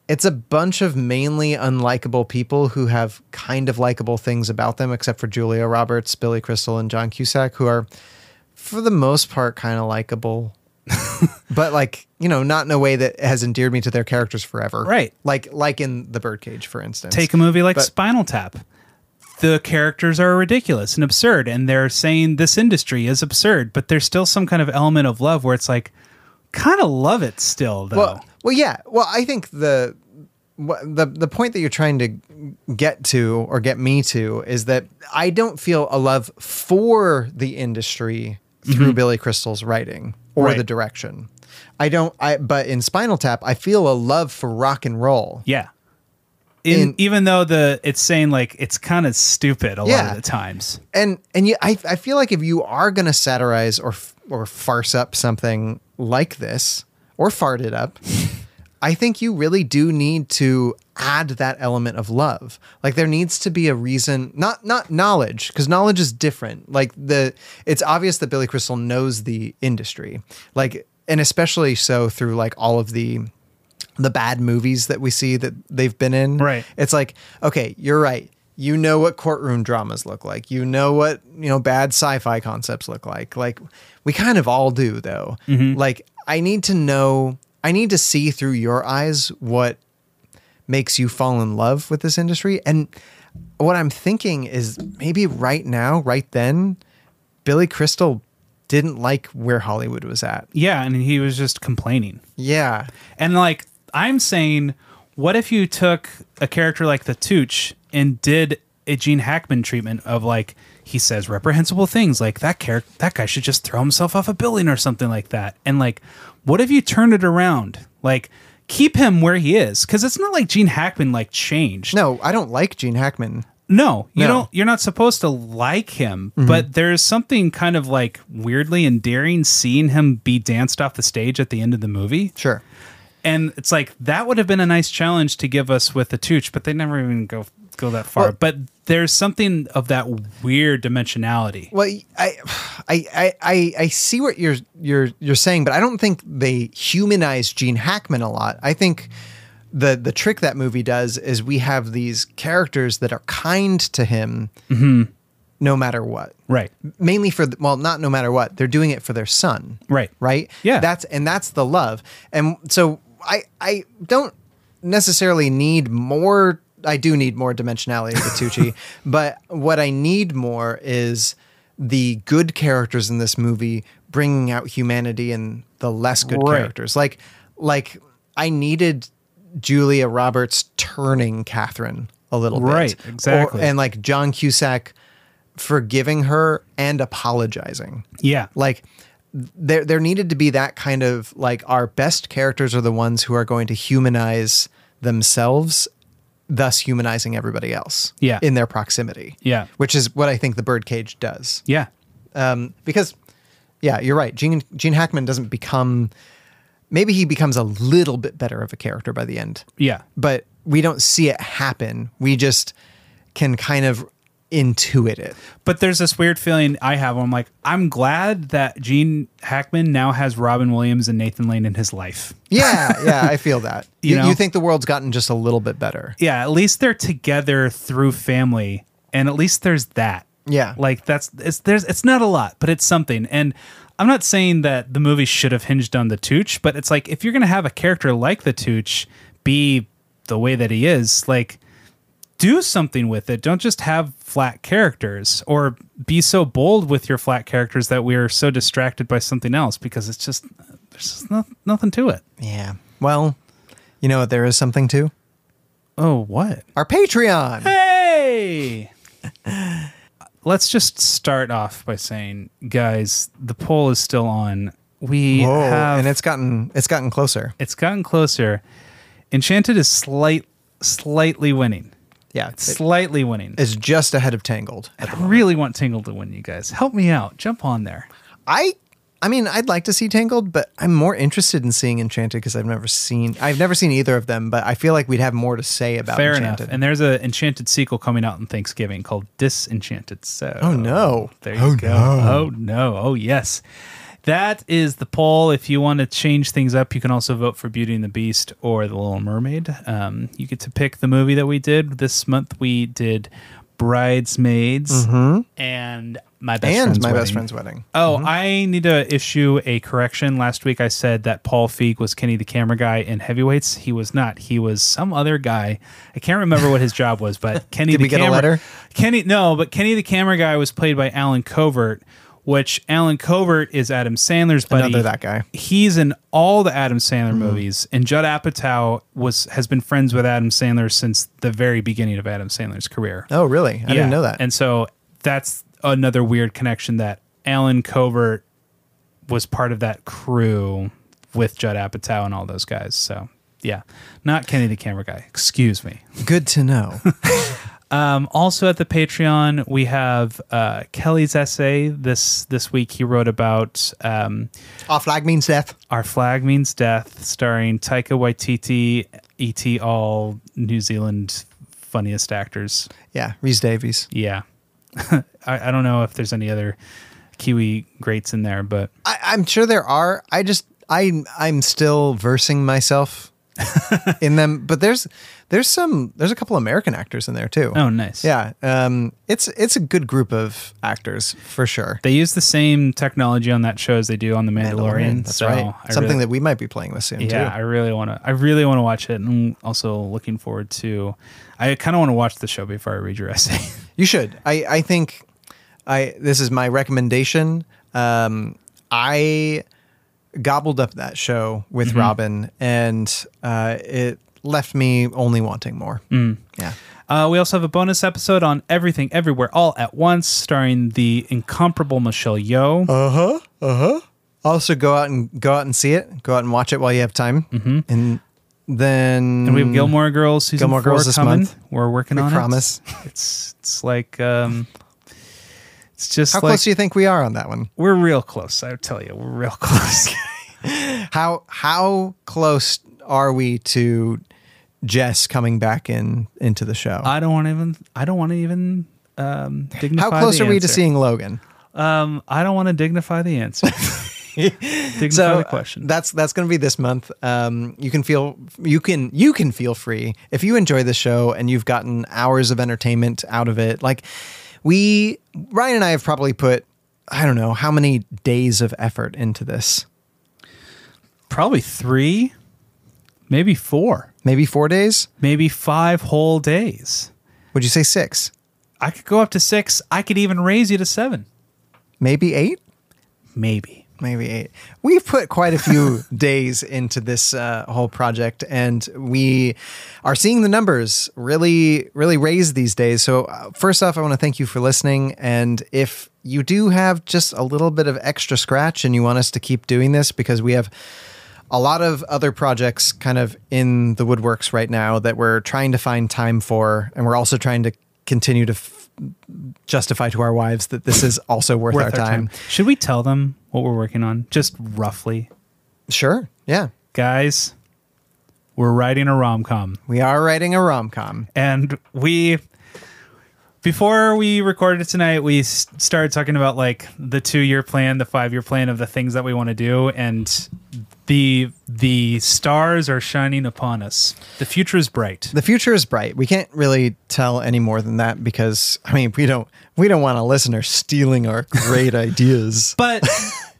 it's a bunch of mainly unlikable people who have kind of likable things about them, except for Julia Roberts, Billy Crystal, and John Cusack, who are, for the most part, kind of likable but like you know not in a way that has endeared me to their characters forever Right. like like in the birdcage for instance take a movie like But- Spinal Tap. The characters are ridiculous and absurd, and they're saying this industry is absurd, but there's still some kind of element of love where it's like, kind of love it still, though. well well yeah well i think the wha- the the point that you're trying to get to or get me to is that i don't feel a love for the industry through billy crystal's writing or Mm-hmm. Right. the direction i don't i but in spinal tap i feel a love for rock and roll yeah. In, In- even though the it's saying like it's kind of stupid a lot Yeah. of the times. and and you, I I feel like if you are gonna satirize or f- or farce up something like this or fart it up, I think you really do need to add that element of love. Like there needs to be a reason, not not knowledge, because knowledge is different. Like the it's obvious that Billy Crystal knows the industry, like and especially so through like all of the the bad movies that we see that they've been in. Right. It's like, okay, you're right. You know what courtroom dramas look like. You know what, you know, bad sci-fi concepts look like. Like we kind of all do though. Like I need to know, I need to see through your eyes what makes you fall in love with this industry. And what I'm thinking is maybe right now, right then, Billy Crystal didn't like where Hollywood was at. Yeah, and he was just complaining. Yeah. And like I'm saying, what if you took a character like the Tooch and did a Gene Hackman treatment of like he says reprehensible things like that character that guy should just throw himself off a building or something like that. And like what if you turned it around? Like keep him where he is cuz it's not like Gene Hackman like changed. No, I don't like Gene Hackman. No, you No. Mm-hmm. don't. You're not supposed to like him, but there's something kind of like weirdly endearing seeing him be danced off the stage at the end of the movie. Sure. And it's like that would have been a nice challenge to give us with the Tooch, but they never even go go that far. Well- but there's something of that weird dimensionality. Well, I, I, I, I, I see what you're you're you're saying, but I don't think they humanize Gene Hackman a lot. I think the the trick that movie does is we have these characters that are kind to him, no matter what. Right. Mainly for the, well, not no matter what. They're doing it for their son. Right. Right. Yeah. That's and that's the love. And so I I don't necessarily need more. I do need more dimensionality [LAUGHS] with Tucci, but what I need more is the good characters in this movie bringing out humanity and the less good Right. characters. Like like I needed Julia Roberts turning Catherine a little bit, Right, Or- exactly. and like John Cusack forgiving her and apologizing Yeah. like there there needed to be that kind of like our best characters are the ones who are going to humanize themselves thus humanizing everybody else Yeah. in their proximity Yeah. which is what i think the birdcage does Yeah. um because yeah you're right gene gene hackman doesn't become maybe he becomes a little bit better of a character by the end Yeah. but we don't see it happen we just can kind of [LAUGHS] intuit it. But there's this weird feeling I have. I'm like, I'm glad that Gene Hackman now has Robin Williams and Nathan Lane in his life. Yeah, yeah, I feel that. You you, know? you think the world's gotten just a little bit better. Yeah, at least they're together through family, and at least there's that. Yeah. like that's it's there's it's not a lot, but it's something. And I'm not saying that the movie should have hinged on the Tooch, but it's like if you're gonna have a character like the Tooch be the way that he is, like do something with it. Don't just have flat characters or be so bold with your flat characters that we are so distracted by something else because it's just there's just no, nothing to it. Yeah. Well, you know what there is something to? Oh, what? Our Patreon. Hey! Let's just start off by saying, guys, the poll is still on. We Whoa, have, and it's gotten it's gotten closer. it's gotten closer. Enchanted is slight, slightly winning, Yeah. It, slightly winning. it's just ahead of Tangled. I really want Tingle to win, you guys. Help me out. Jump on there. I I mean, I'd like to see Tangled, but I'm more interested in seeing Enchanted because I've never seen I've never seen either of them, but I feel like we'd have more to say about Fair Enchanted. enough. And there's an Enchanted sequel coming out on Thanksgiving called Disenchanted. So, Oh, no. um, there you go. Oh no. Oh yes. That is the poll. If you want to change things up, you can also vote for Beauty and the Beast or The Little Mermaid. Um, you get to pick the movie that we did this month. We did Bridesmaids and My Best Mm-hmm. and Friend's my Wedding. best friend's wedding. Oh, I need to issue a correction. Last week I said that Paul Feig was Kenny the camera guy in Heavyweights. He was not. He was some other guy. I can't remember what his job was, [LAUGHS] but Kenny Did the we get a camera letter? Kenny no, but Kenny the camera guy was played by Alan Covert, which Alan Covert is Adam Sandler's buddy. Another that guy. Mm-hmm. He's in all the Adam Sandler movies, and Judd Apatow was has been friends with Adam Sandler since the very beginning of Adam Sandler's career. Oh, really? I didn't know that. And so that's another weird connection that Alan Covert was part of that crew with Judd Apatow and all those guys. So yeah, not Kenny the camera guy. Excuse me. Good [LAUGHS] to know. Um, also at the Patreon, we have uh, Kelly's essay this this week. He wrote about um, Off flag means death. "Our Flag Means Death," starring Taika Waititi, et al. New Zealand funniest actors. Yeah, Reese Davies. Yeah. [LAUGHS] I, I don't know if there's any other Kiwi greats in there, but I, I'm sure there are. I just I I'm still [LAUGHS] versing myself in them, but there's there's some there's a couple American actors in there too. oh, nice. Yeah, um, it's it's a good group of actors for sure. They use the same technology on that show as they do on The Mandalorian. that's so right. I Something really, that we might be playing with soon yeah, I too. really want to. I really want to watch it, and I'm also looking forward to. I kind of want to watch the show before I read your [LAUGHS] essay. You should. I I think I this is my recommendation. Um, I gobbled up that show with Mm-hmm. Robin, and uh, it left me only wanting more. Yeah. Uh, we also have a bonus episode on Everything Everywhere All at Once, starring the incomparable Michelle Yeoh. Also, go out and go out and see it. Go out and watch it while you have time, mm-hmm. and then and we have Gilmore Girls season Mm. Gilmore four Girls this coming. month. We're working We on promise. it. It's it's like um, it's just How like close do you think we are on that one? we're real close. I tell you, we're real [LAUGHS] [LAUGHS] close. How how close are we to Jess coming back in into the show? I don't want to even. I don't want to even um, dignify. how close the are we to answer. seeing Logan? Um, I don't want to dignify the answer. [LAUGHS] dignify So the question. uh, that's that's going to be this month. Um, you can feel you can you can feel free if you enjoy the show and you've gotten hours of entertainment out of it. Like we Ryan and I have probably put I don't know how many days of effort into this. Probably three, maybe four, Maybe four days. maybe five whole days. Would you say six? I could go up to six. I could even raise you to seven. Maybe eight. Maybe. Maybe eight. We've put quite a [LAUGHS] few days into this uh, whole project, and we are seeing the numbers really, really raise these days. So, uh, first off, I want to thank you for listening. And if you do have just a little bit of extra scratch and you want us to keep doing this, because we have a lot of other projects kind of in the woodworks right now that we're trying to find time for, and we're also trying to continue to f- justify to our wives that this is also worth, our, time. Should we tell them what we're working on? Just roughly. Sure. Yeah. Guys, we're writing a rom com We are writing a rom com. and we before we recorded tonight, we s- started talking about like the two-year plan, the five-year plan of the things that we want to do, and the the stars are shining upon us. The future is bright. the future is bright. We can't really tell any more than that because I mean we don't we don't want a listener stealing our [LAUGHS] great ideas. [LAUGHS] But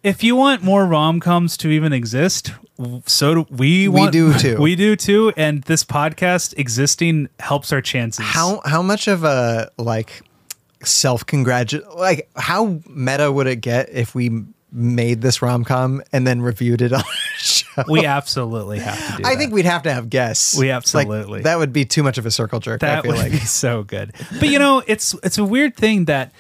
if you want more rom coms to even exist, w- so do we. Want, do [LAUGHS] too. We do too. And this podcast existing helps our chances. How how much of a like self congratulate like how meta would it get if we made this rom com and then reviewed it on our [LAUGHS] show? we absolutely have to do. I that. think we'd have to have guests. We Like, absolutely- that would be too much of a circle jerk. I that feel would like be so good. But you know, it's it's a weird thing that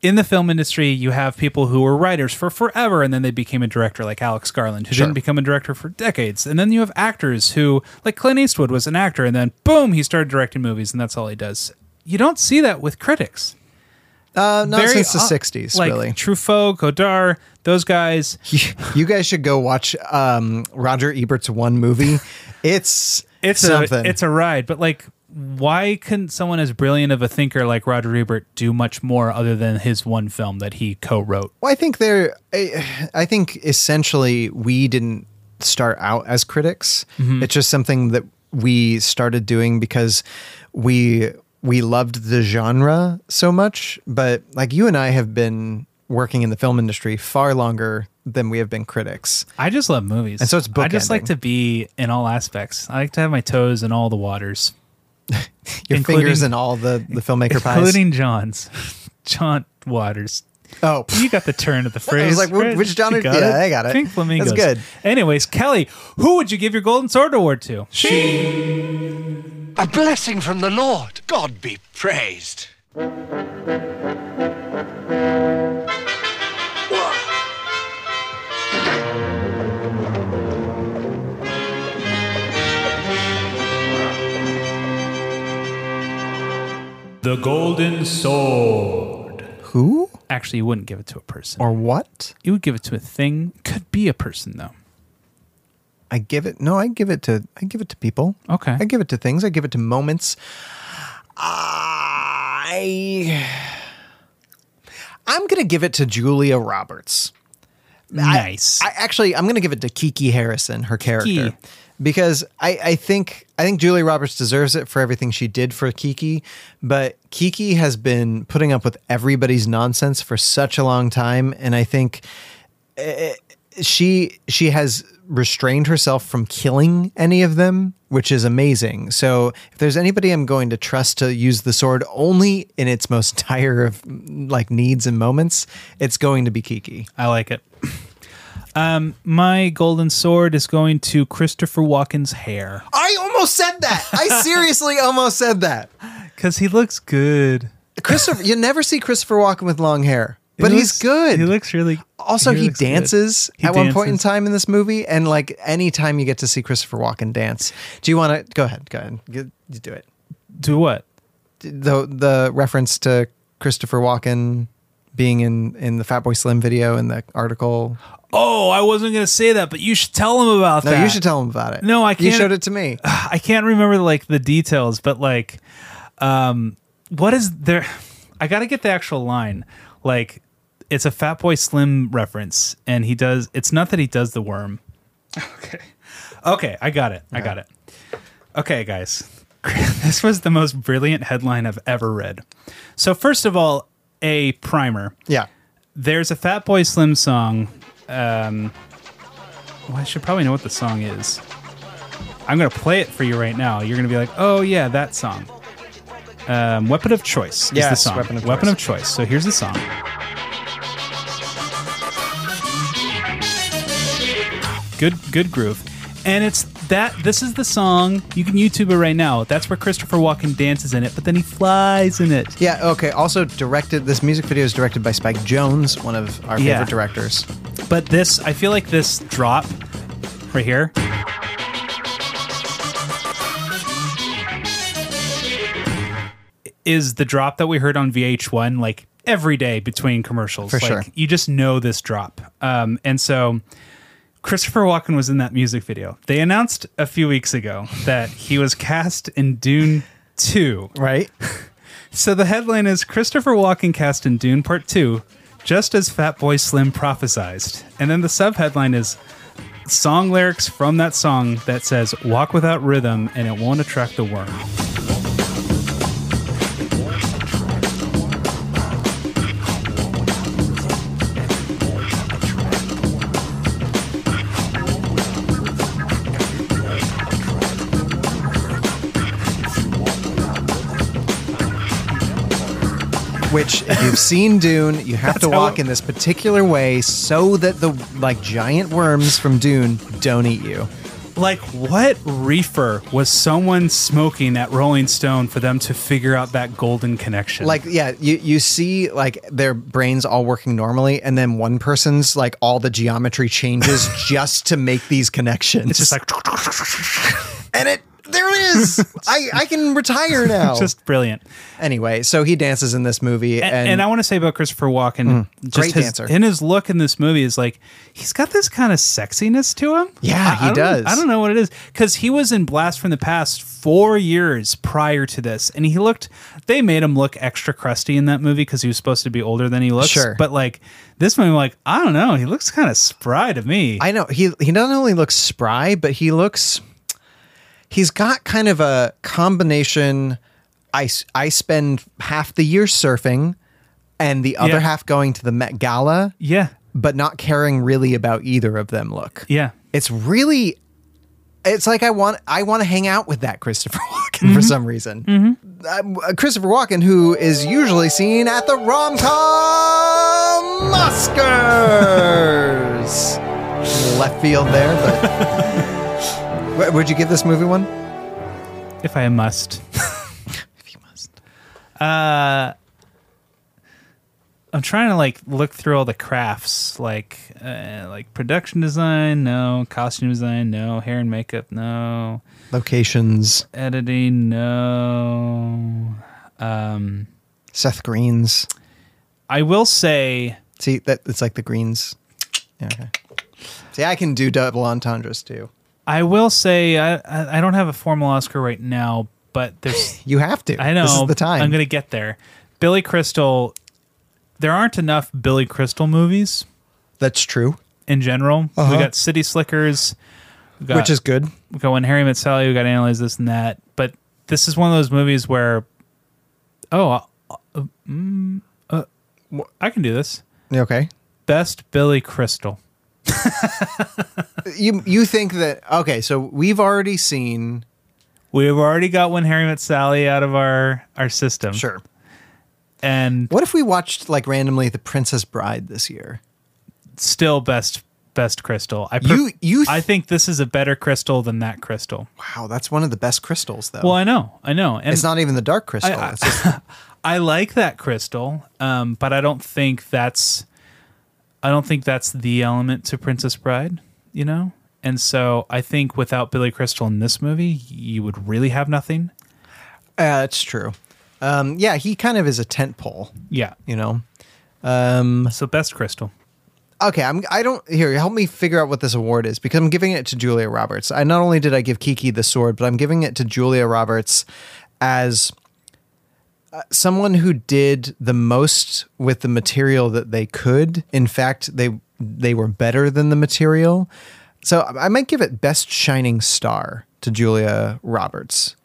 in the film industry you have people who were writers for forever and then they became a director like Alex Garland who didn't become a director for decades. And then you have actors who like Clint Eastwood was an actor and then boom he started directing movies and that's all he does. You don't see that with critics. uh, not Very since the odd- '60s, like really. Truffaut, Godard, those guys. you guys should go watch um, Roger Ebert's [LAUGHS] one movie. It's It's something. a it's a ride, but like why couldn't someone as brilliant of a thinker like Roger Ebert do much more other than his one film that he co-wrote? Well, I think they're. I, I think essentially we didn't start out as critics. Mm-hmm. It's just something that we started doing because we we loved the genre so much. But like you and I have been working in the film industry far longer than we have been critics. I just love movies. And so it's I just like bookending. to be in all aspects. I like to have my toes in all the waters, Your Including- fingers in all the the filmmaker pies. including John's. [LAUGHS] John Waters. Oh, You got the turn of [LAUGHS] the phrase. like, wh- right? which John You are- yeah, I got it. Pink That's Flamingos. good. Anyways, Kelly, who would you give your Golden Sword Award to? A blessing from the Lord. God be praised. The Golden Soul. who Actually, you wouldn't give it to a person. or what? you would give it to a thing. Could be a person though. I give it no, I give it to I give it to people. Okay. I give it to things, I give it to moments. I I'm gonna give it to Julia Roberts. Nice. I actually I'm gonna give it to Kiki Harrison, her character. Kiki. Because I, I think I think Julia Roberts deserves it for everything she did for Kiki, but Kiki has been putting up with everybody's nonsense for such a long time, and I think eh, she she has restrained herself from killing any of them, which is amazing. So if there's anybody I'm going to trust to use the sword only in its most [LAUGHS] dire of like needs and moments, it's going to be Kiki. I like it. Um, my golden sword is going to Christopher Walken's hair I almost said that. [LAUGHS] I seriously almost said that. because he looks good. Christopher, you never see Christopher Walken with long hair, He but he's looks- good. He looks really. also, he, looks good. dances He at one point in dances. time in this movie, and like any time you get to see Christopher Walken dance, do you want to go ahead? Go ahead, you, you do it. Do what? the the reference to Christopher Walken being in in the Fatboy Slim video in the article. Oh, I wasn't gonna say that, but you should tell him about No, that. you should tell him about it. No, I You can't- showed it to [SIGHS] me. I can't remember like the details, but like, um, what is there? [SIGHS] I gotta get the actual line. Like, it's a Fat Boy Slim reference, and he does. It's not that he does the worm. Okay, okay, I got it. I got it. Okay, guys, [LAUGHS] this was the most brilliant headline I've ever read. So first of all, a primer. Yeah. there's a Fat Boy Slim song. Um, well, I should probably know what the song is. I'm gonna play it for you right now. You're gonna be like, "Oh yeah, that song." Um, Weapon of Choice is the Yes, song. Weapon of Weapon Choice. of Choice. So here's the song. Good, good groove. And it's that. This is the song. You can YouTube it right now. That's where Christopher Walken dances in it, but then he flies in it. Yeah, okay. Also directed this music video is directed by Spike Jones, one of our Yeah. favorite directors. But this, I feel like this drop right here. Is the drop that we heard on VH1 like every day between commercials? For like, sure. You just know this drop. Um, and so Christopher Walken was in that music video. They announced a few weeks ago that he was cast in Dune 2. Right? So the headline is Christopher Walken cast in Dune Part 2, just as Fatboy Slim prophesized. And then the subheadline is song lyrics from that song that says walk without rhythm and it won't attract the worm. Which, if you've seen Dune, you have to how walk it- in this particular way so that the like giant worms from Dune don't eat you. Like what reefer was someone smoking at Rolling Stone for them to figure out that golden connection? Like, yeah, you you see like their brains all working normally, and then one person's like all the [LAUGHS] geometry changes just to make these connections. it's just like [LAUGHS] and it there it is. [LAUGHS] I I can retire now. just brilliant. anyway, so he dances in this movie, And, and, Mm, and I want to say about Christopher Walken, just great his, dancer. in his look in this movie is like he's got this kind of sexiness to him. Yeah, I- he I don't- does. I don't know what it is because he was in Blast from the Past four years prior to this, and he looked. They made him look extra crusty in that movie because he was supposed to be older than he looks. Sure. but like this movie, I'm like I don't know, he looks kind of spry to me. I know he he not only looks spry, but he looks he's got kind of a combination. I s- I spend half the year surfing, and the other Yeah. half going to the Met Gala, yeah, but not caring really about either of them. Look, yeah. it's really. It's like I want I want to hang out with that Christopher [LAUGHS] Walken Mm-hmm. for some reason. Uh, Christopher Walken, who is usually seen at the rom com Oscars. [LAUGHS] Left field there, [LAUGHS] but Wh- would you give this movie one? If I [LAUGHS] must. if you must. Uh, I'm trying to like look through all the crafts, like uh, like production design, no. Costume design, no. Hair and makeup, no. Locations, Editing, no. Um, Seth Greens. I will say See that it's like the Greens. Yeah, okay. See, I can do double entendres too. I will say I, I I don't have a formal Oscar right now, but [LAUGHS] there's You have to. I know This is the time. I'm gonna get there. Billy Crystal. There aren't enough Billy Crystal movies That's true, in general. Uh-huh. We got City Slickers, we got, which is good. we got when Harry met Sally. We got analyze this and that. But this is one of those movies where, oh, uh, uh, mm, uh, I can do this. Okay. Best Billy Crystal. you you think that okay so we've already seen We've already got when Harry met Sally out of our our system. and what if we watched like randomly the princess bride this year still best best crystal. I pref- You- you th- I think this is a better crystal than that crystal. wow that's one of the best crystals though Well, I know, I know, and it's not even the dark crystal I- it's just- uh, [LAUGHS] I like that crystal, um, but I don't think that's I don't think that's the element to Princess Bride, you know. And so I think without Billy Crystal in this movie, you would really have nothing. uh, it's true um, yeah he kind of is a tent pole Yeah. you know um, So best crystal. okay i'm i don't here help me figure out what this award is because i'm giving it to julia roberts i not only did i give kiki the sword but i'm giving it to julia roberts as uh, someone who did the most with the material that they could in fact they they were better than the material so I- i might give it best shining star to julia roberts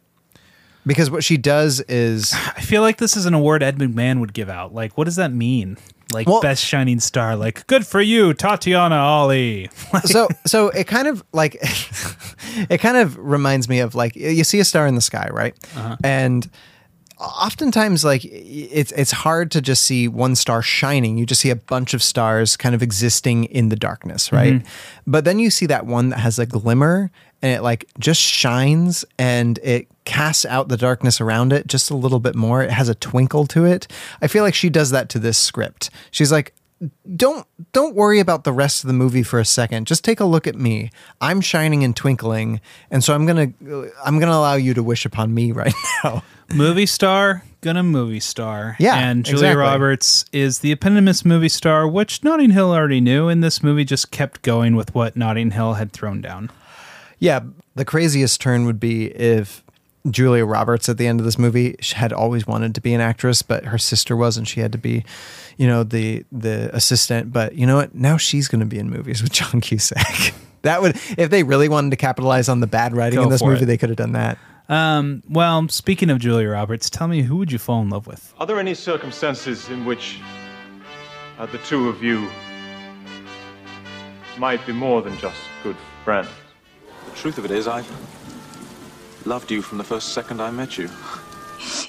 because what she does is I feel like this is an award Ed McMahon would give out. Like, what does that mean? Like Well- best shining star. Like, good for you, Tatiana [LAUGHS] Ali. so so it kind of like [LAUGHS] it kind of reminds me of like you see a star in the sky right and oftentimes like it's it's hard to just see one star shining you just see a bunch of stars kind of existing in the darkness right but then you see that one that has a glimmer and it like just shines and it casts out the darkness around it just a little bit more it has a twinkle to it i feel like she does that to this script she's like don't don't worry about the rest of the movie for a second. Just take a look at me. I'm shining and twinkling, and so I'm gonna I'm gonna allow you to wish upon me right [LAUGHS] now. movie star gonna movie star Yeah, and julia exactly. roberts is the eponymous movie star which notting hill already knew and this movie just kept going with what notting hill had thrown down yeah, the craziest turn would be if Julia Roberts at the end of this movie she had always wanted to be an actress, but her sister was, and she had to be, you know, the the assistant. But you know what? Now she's going to be in movies with [LAUGHS] John Cusack. that would, if they really wanted to capitalize on the bad writing Go in this for movie, it. they could have done that. Um, well, speaking of Julia Roberts, tell me who would you fall in love with? Are there any circumstances in which uh, the two of you might be more than just good friends? The truth of it is, I loved you from the first second I met you.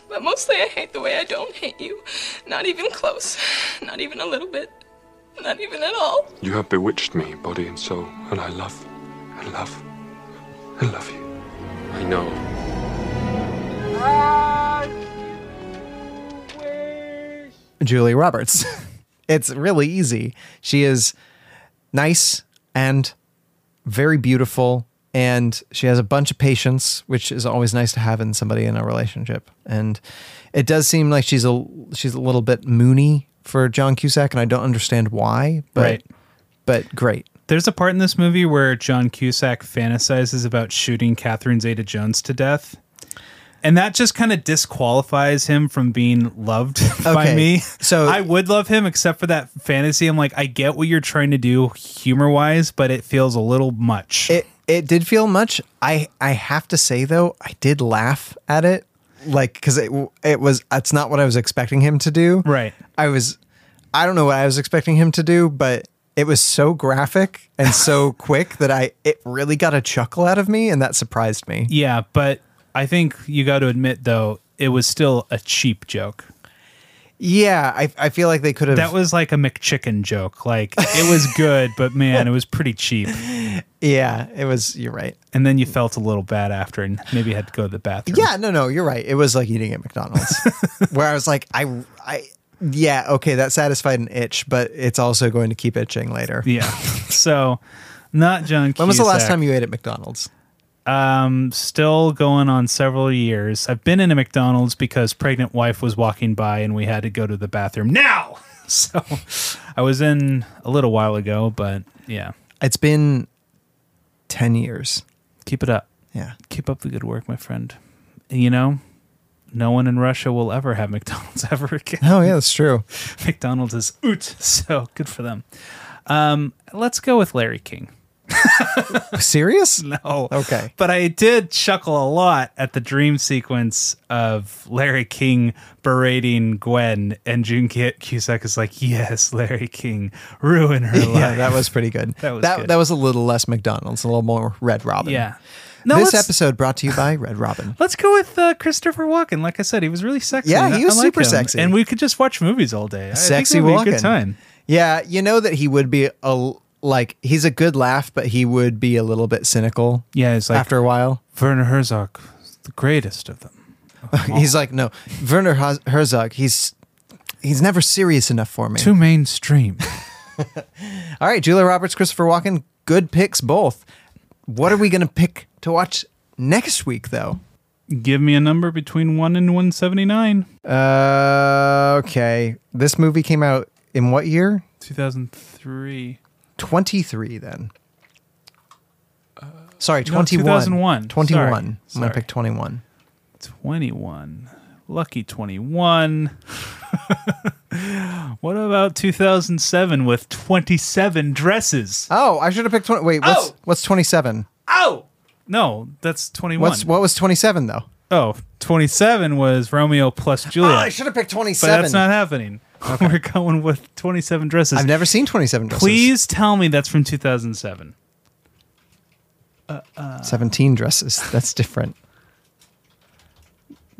But mostly I hate the way I don't hate you. Not even close. Not even a little bit. Not even at all. You have bewitched me, body and soul, and I love, and love, and love you. I know. Julia Roberts. [LAUGHS] it's really easy. She is nice and very beautiful, and she has a bunch of patience, which is always nice to have in somebody in a relationship. And it does seem like she's a she's a little bit moony for John Cusack, and I don't understand why, but Right. but great. There's a part in this movie where John Cusack fantasizes about shooting Catherine Zeta Jones to death. And that just kind of disqualifies him from being loved [LAUGHS] by Okay, me. So I would love him, except for that fantasy. I'm like, I get what you're trying to do humor wise, but it feels a little much. It it did feel much. I I have to say though, I did laugh at it, like because it it was that's not what I was expecting him to do. Right. I was, I don't know what I was expecting him to do, but it was so graphic and so quick that I it really got a chuckle out of me, and that surprised me. Yeah, but I think you got to admit, though, it was still a cheap joke. Yeah, I I feel like they could have. That was like a McChicken joke. Like, it [LAUGHS] was good, but man, it was pretty cheap. Yeah, it was. You're right. And then you felt a little bad after and maybe had to go to the bathroom. Yeah, no, no, you're right. It was like eating at McDonald's, where I was like, I, I, yeah, okay, that satisfied an itch, but it's also going to keep itching later. Yeah. [LAUGHS] So, not John When was the last Cusack. time you ate at McDonald's? Um, still going on several years. I've been in a McDonald's because pregnant wife was walking by and we had to go to the bathroom now. [LAUGHS] So I was in a little while ago, but yeah. It's been 10 years. Keep it up. Yeah. Keep up the good work, my friend. And You know, no one in Russia will ever have [LAUGHS] McDonald's ever again. Oh, yeah, that's true. [LAUGHS] McDonald's is oot. So good for them. Um, let's go with Larry King. [LAUGHS] Serious? No. Okay. But I did chuckle a lot at the dream sequence of Larry King berating Gwen, and June Cu- Cusack is like, "Yes, Larry King, ruin her life." [LAUGHS] Yeah, that was pretty good. That was that, good. that was a little less McDonald's, a little more Red [LAUGHS] Robin. Yeah. No, this let's- episode brought to you by Red Robin. Let's go with uh, Christopher Walken. Like I said, he was really sexy. Yeah, and I- he was I like super him. sexy. and we could just watch movies all day. [LAUGHS] I Sexy think it would Walken. be a good time. Yeah, you know that he would be a like he's a good laugh, but he would be a little bit cynical. Yeah, it's like after [LAUGHS] a while. Werner Herzog, the greatest of them. he's like, no, Werner Herz- Herzog. He's he's never serious enough for me. Too [LAUGHS] mainstream. All right, Julia Roberts, Christopher Walken, good picks both. What are we going to pick to watch next week, though? Give me a number between one and one seventy nine. Uh, okay. This movie came out in what year? 2003. 23, then. Sorry, Uh, no, 21. 2001. 21. Sorry. I'm going Sorry. to pick 21. 21. Lucky 21. [LAUGHS] what about 2007 with 27 dresses? Oh, I should have picked 20. Wait, what's, Oh! what's 27? Oh! No, that's 21. What's, what was 27, though? oh, 27 was Romeo plus Juliet. Oh, I should have picked But 27. that's not happening. [LAUGHS] We're going with 27 dresses. I've never seen 27 dresses. Please tell me that's from 2007. 17 dresses. That's different.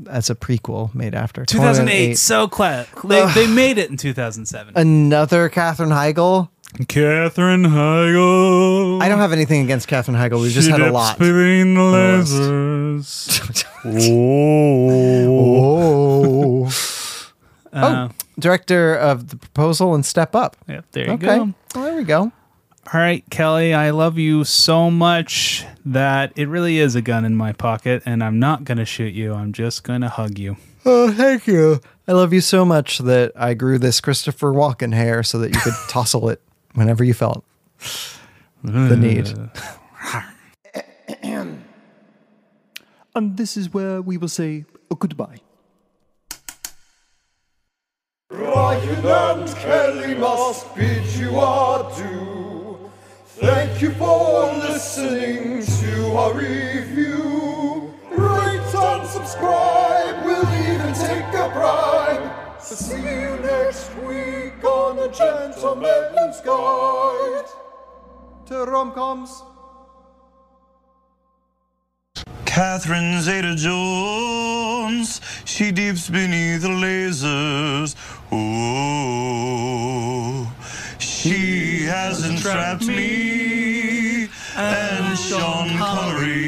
That's a prequel made after 2008, so close. They, Ugh. Uh, they made it in 2007. Another Katherine Heigl. Katherine Heigl. I don't have anything against Katherine Heigl. We've just had a lot. Between the list. [LAUGHS] lasers. Oh. [LAUGHS] Uh, oh, director of the proposal and Step Up. Yep, there you okay. go. Well, there we go. All right, Kelly, I love you so much that it really is a gun in my pocket, and I'm not going to shoot you. I'm just going to hug you. Oh, thank you. I love you so much that I grew this Christopher Walken hair so that you could [LAUGHS] tousle it whenever you felt the need. And this is where we will say goodbye. Ryan and Kelly must bid you adieu. Thank you for listening to our review. Rate and subscribe, we'll even take a bribe. See you next week on A Gentleman's Guide to Rom-Coms. Catherine Zeta Jones, she deeps beneath the lasers. Ooh, she has entrapped me and Sean Connery.